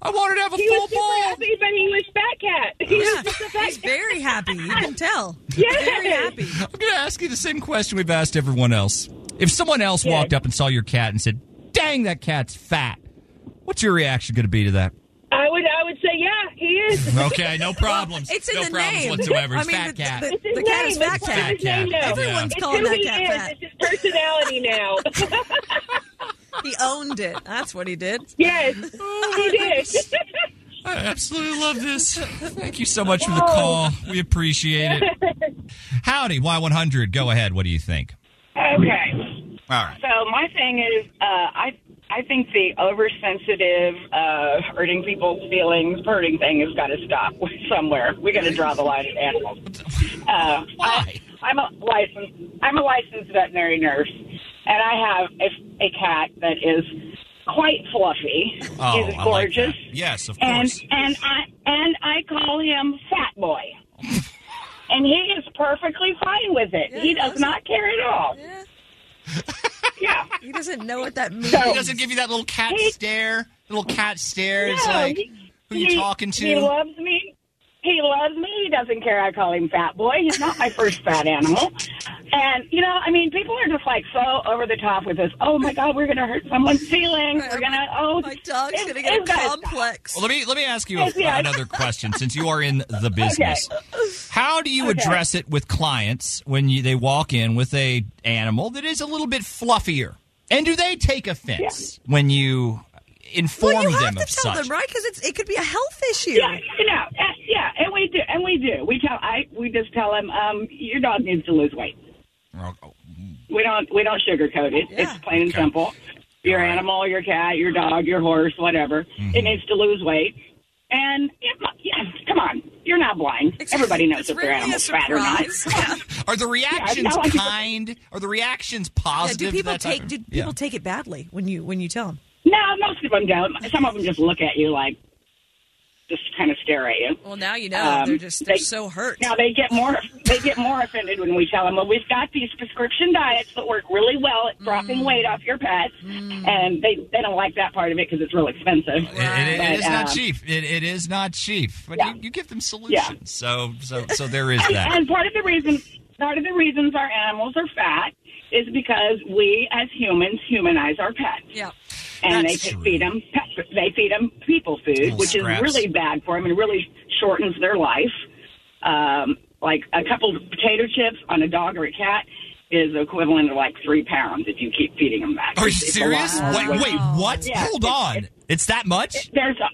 I want her to have a
He
full
was super
ball.
happy, but he was fat cat. He was just a fat
He's very happy. You can tell.
Yes.
Very happy.
I'm going to ask you the same question we've asked everyone else. If someone else walked up and saw your cat and said, "Dang, that cat's fat," what's your reaction going to be to that?
I would I would say yeah, he is.
Okay, no problems.
Well, it's in
no
the
problems
name.
whatsoever. It's
I mean,
fat
the-
cat.
the- It's his
the cat is
name.
fat
It's
cat.
what his
Fat
name
cat.
now.
Everyone's
It's
calling
who
that
he
cat
is.
fat.
It's his personality now.
He owned it. That's what he did.
Yes,
he
did.
I absolutely love this. Thank you so much for the call. We appreciate it. Howdy, Y100. Go ahead. What do you think?
Okay.
All right.
So my thing is, uh, I I think the oversensitive uh, hurting people's feelings, hurting thing has got to stop somewhere. We got to draw the line at animals. Uh, Why? I, I'm a licensed I'm a licensed veterinary nurse, and I have a, a cat that is quite fluffy.
Oh,
He's
I like
gorgeous.
Yes, of
and
course.
and I and I call him Fat Boy, and he is perfectly fine with it. he does not care at all. Yeah.
He doesn't know what that means.
He doesn't give you that little cat stare. The little cat stare is
No,
like,
he-
who you
he-
talking to?
He loves me. He loves me. He doesn't care. I call him Fat Boy. He's not my first fat animal. And you know, I mean, people are just like so over the top with this. Oh my God, we're gonna hurt someone's feelings. We're gonna oh, my dog's
gonna get complex.
Well, let me let me ask you
Yes, yes.
another question since you are in the business. How do you
Okay.
address it with clients when you, they walk in with a animal that is a little bit fluffier? And do they take offense when you inform
Well, you have
them
to
of
tell
such?
them, right? Because it could be a health issue.
Yeah, you know, uh, yeah, and we do, and we do. We tell, I, we just tell him, um, your dog needs to lose weight. We don't, we don't sugarcoat it. It's plain and simple. Your animal, your cat, your dog, your horse, whatever, it needs to lose weight. And yeah, yeah, come on, you're not blind. Everybody knows if their animal's fat or not.
Are the reactions
no, I just-
kind? Are the reactions
Yeah,
positive?
do people
that type
take
of-
do people
Yeah.
take it badly when you when you tell them?
No, most of them don't. Some of them just look at you like, just kind of stare at you.
Well, now you know
Um,
they're just they're
they-
so hurt.
Now they get more they get more offended when we tell them, well, we've got these prescription diets that work really well at dropping
Mm.
weight off your pets, and they they don't like that part of it because it's real expensive.
It- it- it is
But,
not
um,
cheap. It, it is not cheap. But you, you give them solutions.
Yeah.
So so so there is
And,
that.
and part of the reason part of the reasons our animals are fat is because we as humans humanize our pets.
Yeah.
And
That's
they
true.
feed them pet, they feed them people food,
Little
which
scraps.
is really bad for them and really shortens their life. Um, like a couple of potato chips on a dog or a cat is equivalent to like three pounds if you keep feeding them that.
Are you
It's- it's a
serious?
lot
Wait,
more weight.
wait, what?
Yeah,
Hold
it's-
on. It's that much?
there's a,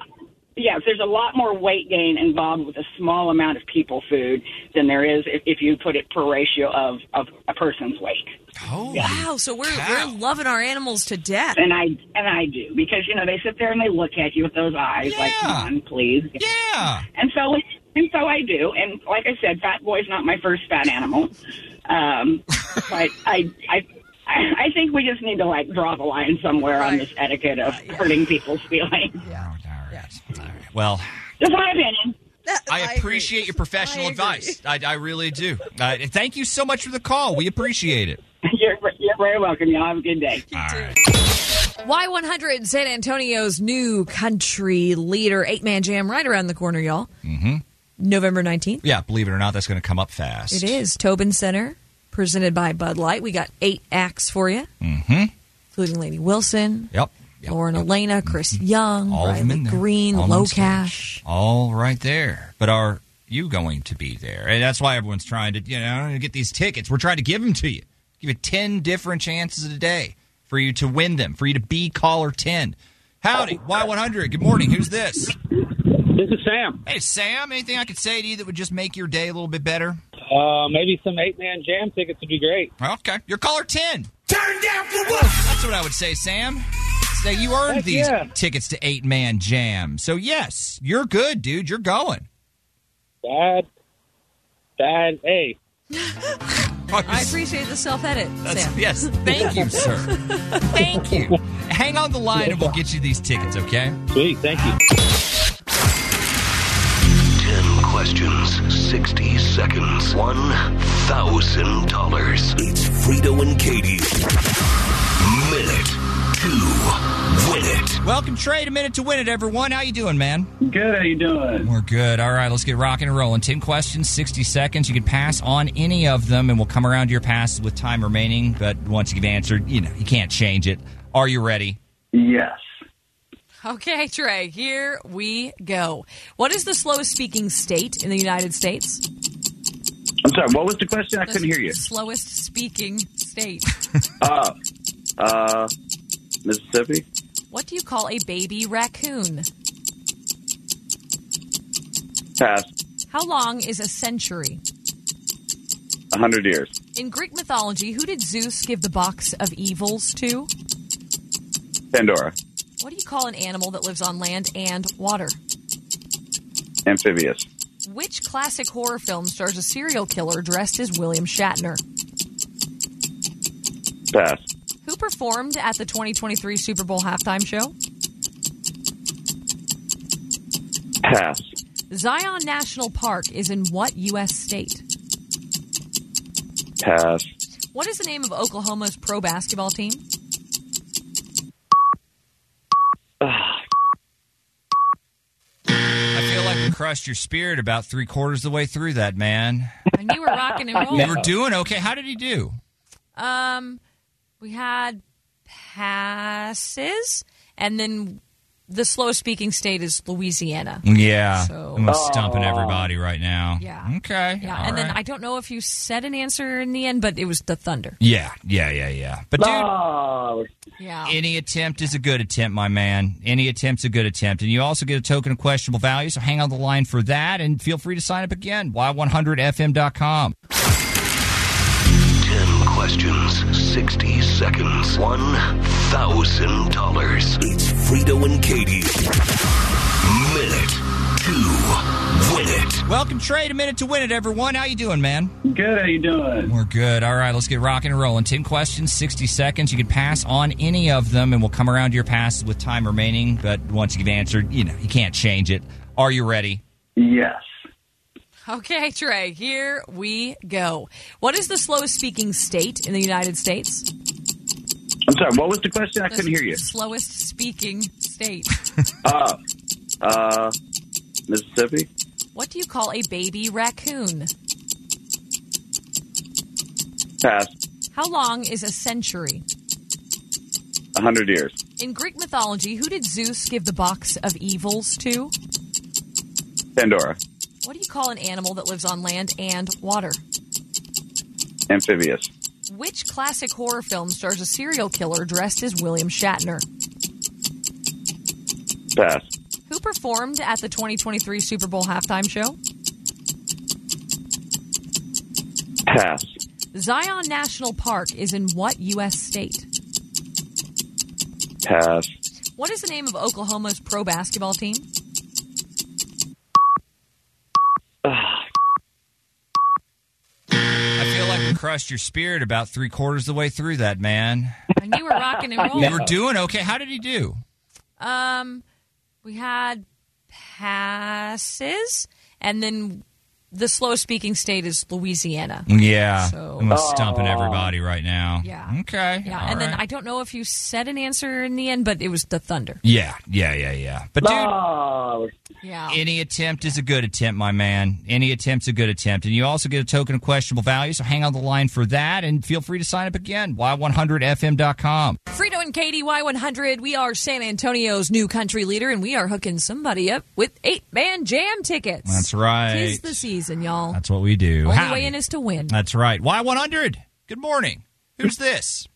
yes, there's a lot more weight gain involved with a small amount of people food than there is if, if you put it per ratio of, of a person's weight.
Oh
wow! So we're we're loving our animals to death.
And I and I do because you know they sit there and they look at you with those eyes like,
Yeah.
"Come on, please."
Yeah.
And so and so I do. And like I said, Fat Boy's not my first fat animal, um, but I I. I I think we just need to like draw the line somewhere on this etiquette of hurting people's feelings.
Well,
That's my opinion.
I appreciate your professional advice. I, I really do. Uh, thank you so much for the call. We appreciate it.
You're, you're very welcome. Y'all have a good day.
All right.
Y100 San Antonio's new country leader eight man jam right around the corner, y'all.
Mm-hmm.
November nineteenth.
Yeah, believe it or not, that's going to come up fast.
It is Tobin Center, presented by Bud Light. We got eight acts for you,
Mm-hmm.
including Lady Wilson,
Yep. Mm-hmm.
Lauren Elena, Chris Young,
All of them
Riley
in there.
Green,
All on
Low
stage.
Cash.
All right there. But are you going to be there? And that's why everyone's trying to, you know, get these tickets. We're trying to give them to you. Give you 10 different chances a day for you to win them, for you to be caller 10. Howdy, Y100. Good morning. Who's this?
This is Sam.
Hey, Sam, anything I could say to you that would just make your day a little bit better?
Uh, maybe some eight man jam tickets would be great.
Okay. You're caller 10. Turn down for what? That's what I would say, Sam. Say you earned
Heck
these
yeah.
tickets to Eight Man Jam. So, yes, you're good, dude. You're going.
Bad, bad A.
I appreciate the self edit,
That's-
Sam.
Yes, thank you, sir. thank you. Hang on the line and we'll get you these tickets, okay?
Sweet, thank you.
10 questions, 60 seconds, $1,000. It's Frito and Katie. Minute to win it.
Welcome, Trey, to Minute to Win It, everyone. How you doing, man?
Good. How you doing?
We're good. All right, let's get rocking and rolling. Ten questions, sixty seconds. You can pass on any of them, and we'll come around to your passes with time remaining. But once you've answered, you know you can't change it. Are you ready?
Yes.
Okay, Trey, here we go. What is the slowest speaking state in the United States?
I'm sorry. What was the question? I
The
couldn't hear you.
Slowest speaking state.
Uh, uh, Mississippi.
What do you call a baby raccoon?
Pass.
How long is a century?
A hundred years.
In Greek mythology, who did Zeus give the box of evils to?
Pandora.
What do you call an animal that lives on land and water?
Amphibious.
Which classic horror film stars a serial killer dressed as William Shatner?
Pass.
Who performed at the 2023 Super Bowl halftime show?
Pass.
Zion National Park is in what U.S. state?
Pass.
What is the name of Oklahoma's pro basketball team?
I feel like crushed your spirit about three quarters of the way through that, man.
And you were rocking and rolling.
You were doing okay. How did he do?
Um, we had passes, and then the slow speaking state is Louisiana.
Yeah.
So- uh,
I'm stumping everybody right now.
Yeah.
Okay.
Yeah,
All
and then
right.
I don't know if you said an answer in the end, but it was the thunder.
Yeah, yeah, yeah, yeah. But dude,
Oh. Yeah.
any attempt is a good attempt, my man. Any attempt's a good attempt, and you also get a token of questionable value. So hang on the line for that, and feel free to sign up again. Y100fm.com.
10 questions, 60 seconds, $1,000. It's Frito and Katie. Minute to win it.
Welcome, Trade a minute to win it, everyone. How you doing, man?
Good. How you doing?
We're good. All right, let's get rocking and rolling. Ten questions, sixty seconds. You can pass on any of them, and we'll come around to your passes with time remaining. But once you've answered, you know you can't change it. Are you ready?
Yes.
Okay, Trey, here we go. What is the slowest speaking state in the United States?
I'm sorry. What was the question? I
The
couldn't hear you.
Slowest speaking state.
Uh, uh, Mississippi.
What do you call a baby raccoon?
Pass.
How long is a century?
A hundred years.
In Greek mythology, who did Zeus give the box of evils to?
Pandora.
What do you call an animal that lives on land and water?
Amphibious.
Which classic horror film stars a serial killer dressed as William Shatner?
Pass.
Who performed at the 2023 Super Bowl halftime show?
Pass.
Zion National Park is in what U.S. state?
Pass.
What is the name of Oklahoma's pro basketball team?
I feel like we crushed your spirit about three quarters of the way through that, man.
And you were rocking and rolling.
You were doing okay. How did he do?
Um, we had passes, and then the slow speaking state is Louisiana.
Yeah.
So- uh,
I'm stumping everybody right now.
Yeah.
Okay.
Yeah, and then I don't know if you said an answer in the end, but it was the thunder.
Yeah, yeah, yeah, yeah. But dude,
Yeah.
any attempt is a good attempt, my man. Any attempt's a good attempt. And you also get a token of questionable value, so hang on the line for that and feel free to sign up again. Y100fm.com.
Frito and Katie Y100, we are San Antonio's new country leader, and we are hooking somebody up with eight band jam tickets.
That's right.
Tis the season, y'all.
That's what we do.
Only
Howdy.
way in is to win.
That's right. Y100. Good morning. Who's this?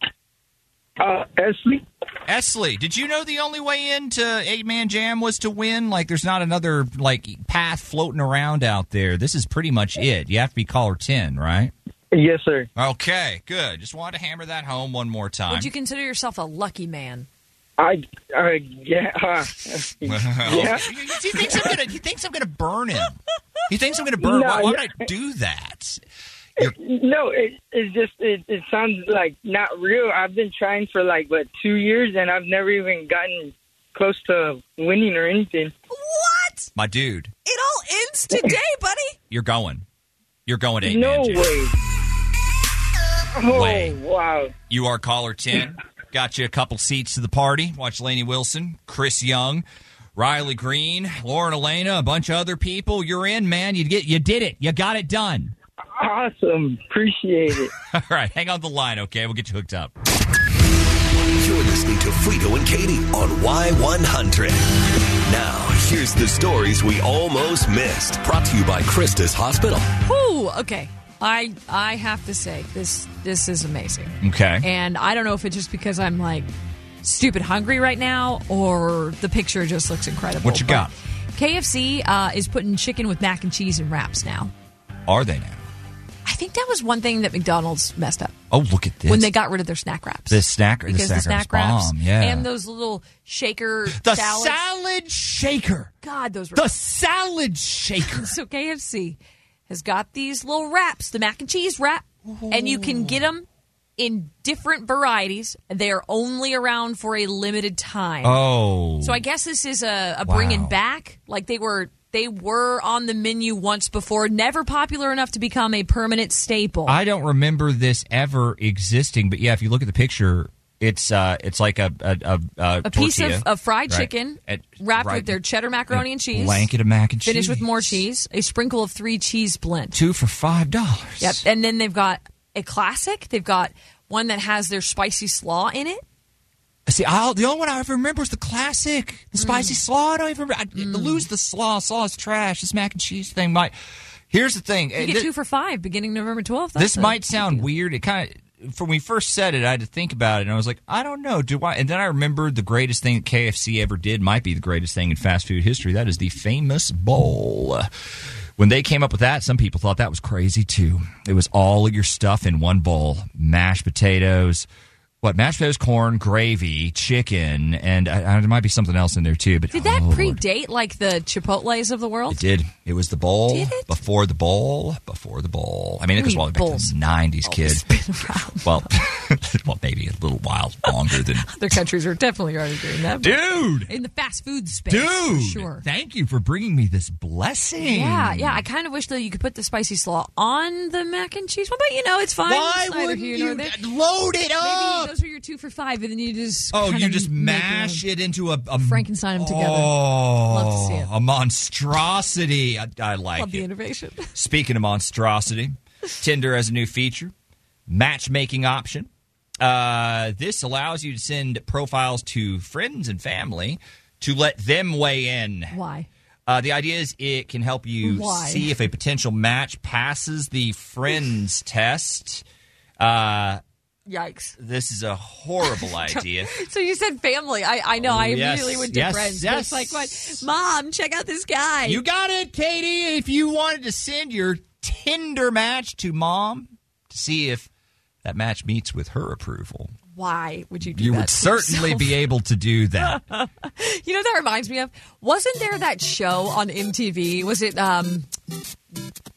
Uh, Esley.
Esley, did you know the only way into Eight Man Jam was to win? Like, there's not another like path floating around out there. This is pretty much it. You have to be caller ten, right?
Yes, sir.
Okay, good. Just wanted to hammer that home one more time.
Would you consider yourself a lucky man?
I, uh, yeah. uh,
Well,
yeah.
he, he thinks I'm gonna. He thinks I'm gonna burn him. He thinks I'm gonna burn.
No,
why, why would
yeah.
I do that?
No, it, it's just it, it sounds like not real. I've been trying for like what two years, and I've never even gotten close to winning or anything.
What?
My dude,
It all ends today, buddy.
you're going. You're going to eight
no
man. Jam.
way. Oh
Way.
wow.
You are caller 10. Got you a couple seats to the party. Watch Laney Wilson, Chris Young, Riley Green, Lauren Elena, a bunch of other people. You're in, man. You get you did it. You got it done.
Awesome. Appreciate it.
All right, hang on the line, okay? We'll get you hooked up.
You're listening to Frito and Katie on Y100. Now, here's the stories we almost missed. Brought to you by Christus Hospital.
Whew, okay. I I have to say this this is amazing.
Okay.
And I don't know if it's just because I'm like stupid hungry right now or the picture just looks incredible.
What you
but
got?
KFC uh, is putting chicken with mac and cheese and wraps now.
Are they now?
I think that was one thing that McDonald's messed up
Oh, look at this.
when they got rid of their snack wraps.
the snacker, the
because
snacker
the snack wraps
bomb. Yeah.
and those little shaker
The
salads.
salad shaker.
God, those were
The salad shaker.
so KFC has got these little wraps, the mac and cheese wrap, and you can get them in different varieties. They are only around for a limited time.
Oh.
so I guess this is a, a bringing
Wow.
back. Like they were, they were on the menu once before, never popular enough to become a permanent staple.
I don't remember this ever existing, but yeah, if you look at the picture, It's uh, it's like a a, a, a,
A piece of,
tortilla,
of fried
right?
chicken
At-
wrapped
right.
with their cheddar macaroni and cheese.
blanket of mac and
Finished with more cheese. A sprinkle of three cheese blend.
two for five dollars.
Yep. And then they've got a classic. They've got one that has their spicy slaw in it.
See, I'll, the only one I ever remember is the classic,
Mm.
the spicy slaw. I don't even remember. I, Lose the slaw. Slaw is trash. This mac and cheese thing might. Here's the thing.
You
Uh,
get
thi-
two for five beginning November 12th.
this
That's a-
might sound weird. It kind of when we first said it, I had to think about it, and I was like, I don't know, do I? And then I remembered the greatest thing that KFC ever did might be the greatest thing in fast food history. That is the famous bowl. When they came up with that, some people thought that was crazy too. It was all of your stuff in one bowl: mashed potatoes. What mashed potatoes, corn, gravy, chicken, and uh, uh, there might be something else in there too. But
Did that
oh,
predate like the Chipotle's of the world?
it did. It was the bowl before the bowl before the bowl. I mean, it was
I mean,
well back in
bowls
the nineties, kid. well, well, maybe a little while longer than.
Other countries are definitely already doing that. but-
Dude!
In the fast food space.
Dude,
for Sure.
thank you for bringing me this blessing.
Yeah, yeah. I kind of wish though you could put the spicy slaw on the mac and cheese one, but you know it's fine.
Why
It's neither here nor there.
load it
Maybe
up?
those are your two for five, and then you just
Oh,
kind
you
of
just
make your
mash
own.
it into a, a
Frankenstein them together.
Oh,
Love to see it.
a monstrosity. I, I like
Love
it.
the innovation.
Speaking of monstrosity, Tinder has a new feature, matchmaking option. Uh, this allows you to send profiles to friends and family to let them weigh in.
Why?
Uh, the idea is it can help you
Why?
see if a potential match passes the friends test. Uh,
Yikes!
this is a horrible idea.
So you said family. I I know.
Oh,
I
yes,
really went to
yes,
friends. but
yes.
It's like what? Mom, check out this guy.
You got it, Katie. If you wanted to send your Tinder match to mom to see if that match meets with her approval,
Why would you do
you
that?
would
to
certainly
yourself?
be able to do that.
you know what that reminds me of wasn't there that show on MTV was it um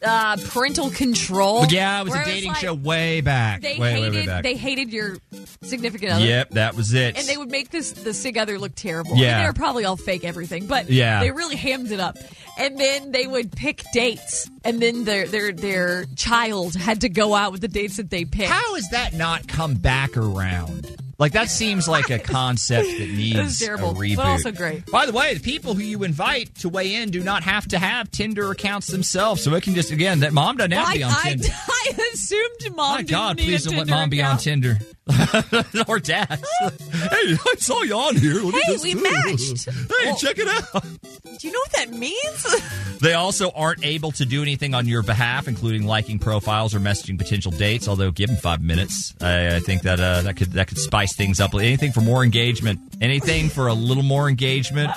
uh parental control
yeah, it was
Oh, Where
a dating
like
show way back.
they
way,
hated
way, way back.
they hated your significant other
yep, that was it.
and they would make this the sig other look terrible I mean,
Yeah.
they were probably all fake everything but
Yeah.
they really hammed it up and then they would pick dates and then their their their child had to go out with the dates that they picked
How has that not come back around? Like that seems like a concept that
it was
needs a
terrible
reboot.
but also great
By the way, the people who you invite to weigh in do not have to have Tinder accounts themselves, so it can just again that mom doesn't have to
I,
be on
I,
Tinder.
I assumed mom
My
didn't
God,
need
please
a
don't let
Tinder
mom be on
account.
Tinder or dad. hey, I saw you on here. Look
Hey,
this
we
dude.
matched.
Hey, check it out.
Do you know what that means?
They also aren't able to do anything on your behalf, including liking profiles or messaging potential dates. Although, give them five minutes, I, I think that uh, that could that could spice things up. Anything for more engagement, anything for a little more engagement,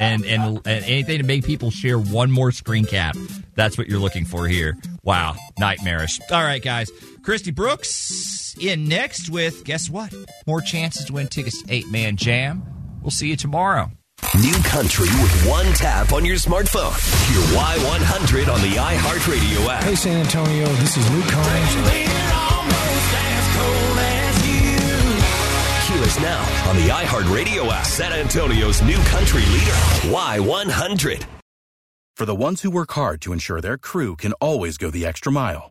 and and, and anything to make people share one more screen cap. That's what you're looking for here. Wow, nightmarish. All right, guys. Christy Brooks in next with guess what? More chances to win tickets to Eight Man Jam. We'll see you tomorrow.
New country with one tap on your smartphone. Hear Y100 on the iHeartRadio app.
Hey, San Antonio, this is Luke Combs.
Hear us now on the iHeartRadio app. San Antonio's new country leader, Y100.
For the ones who work hard to ensure their crew can always go the extra mile,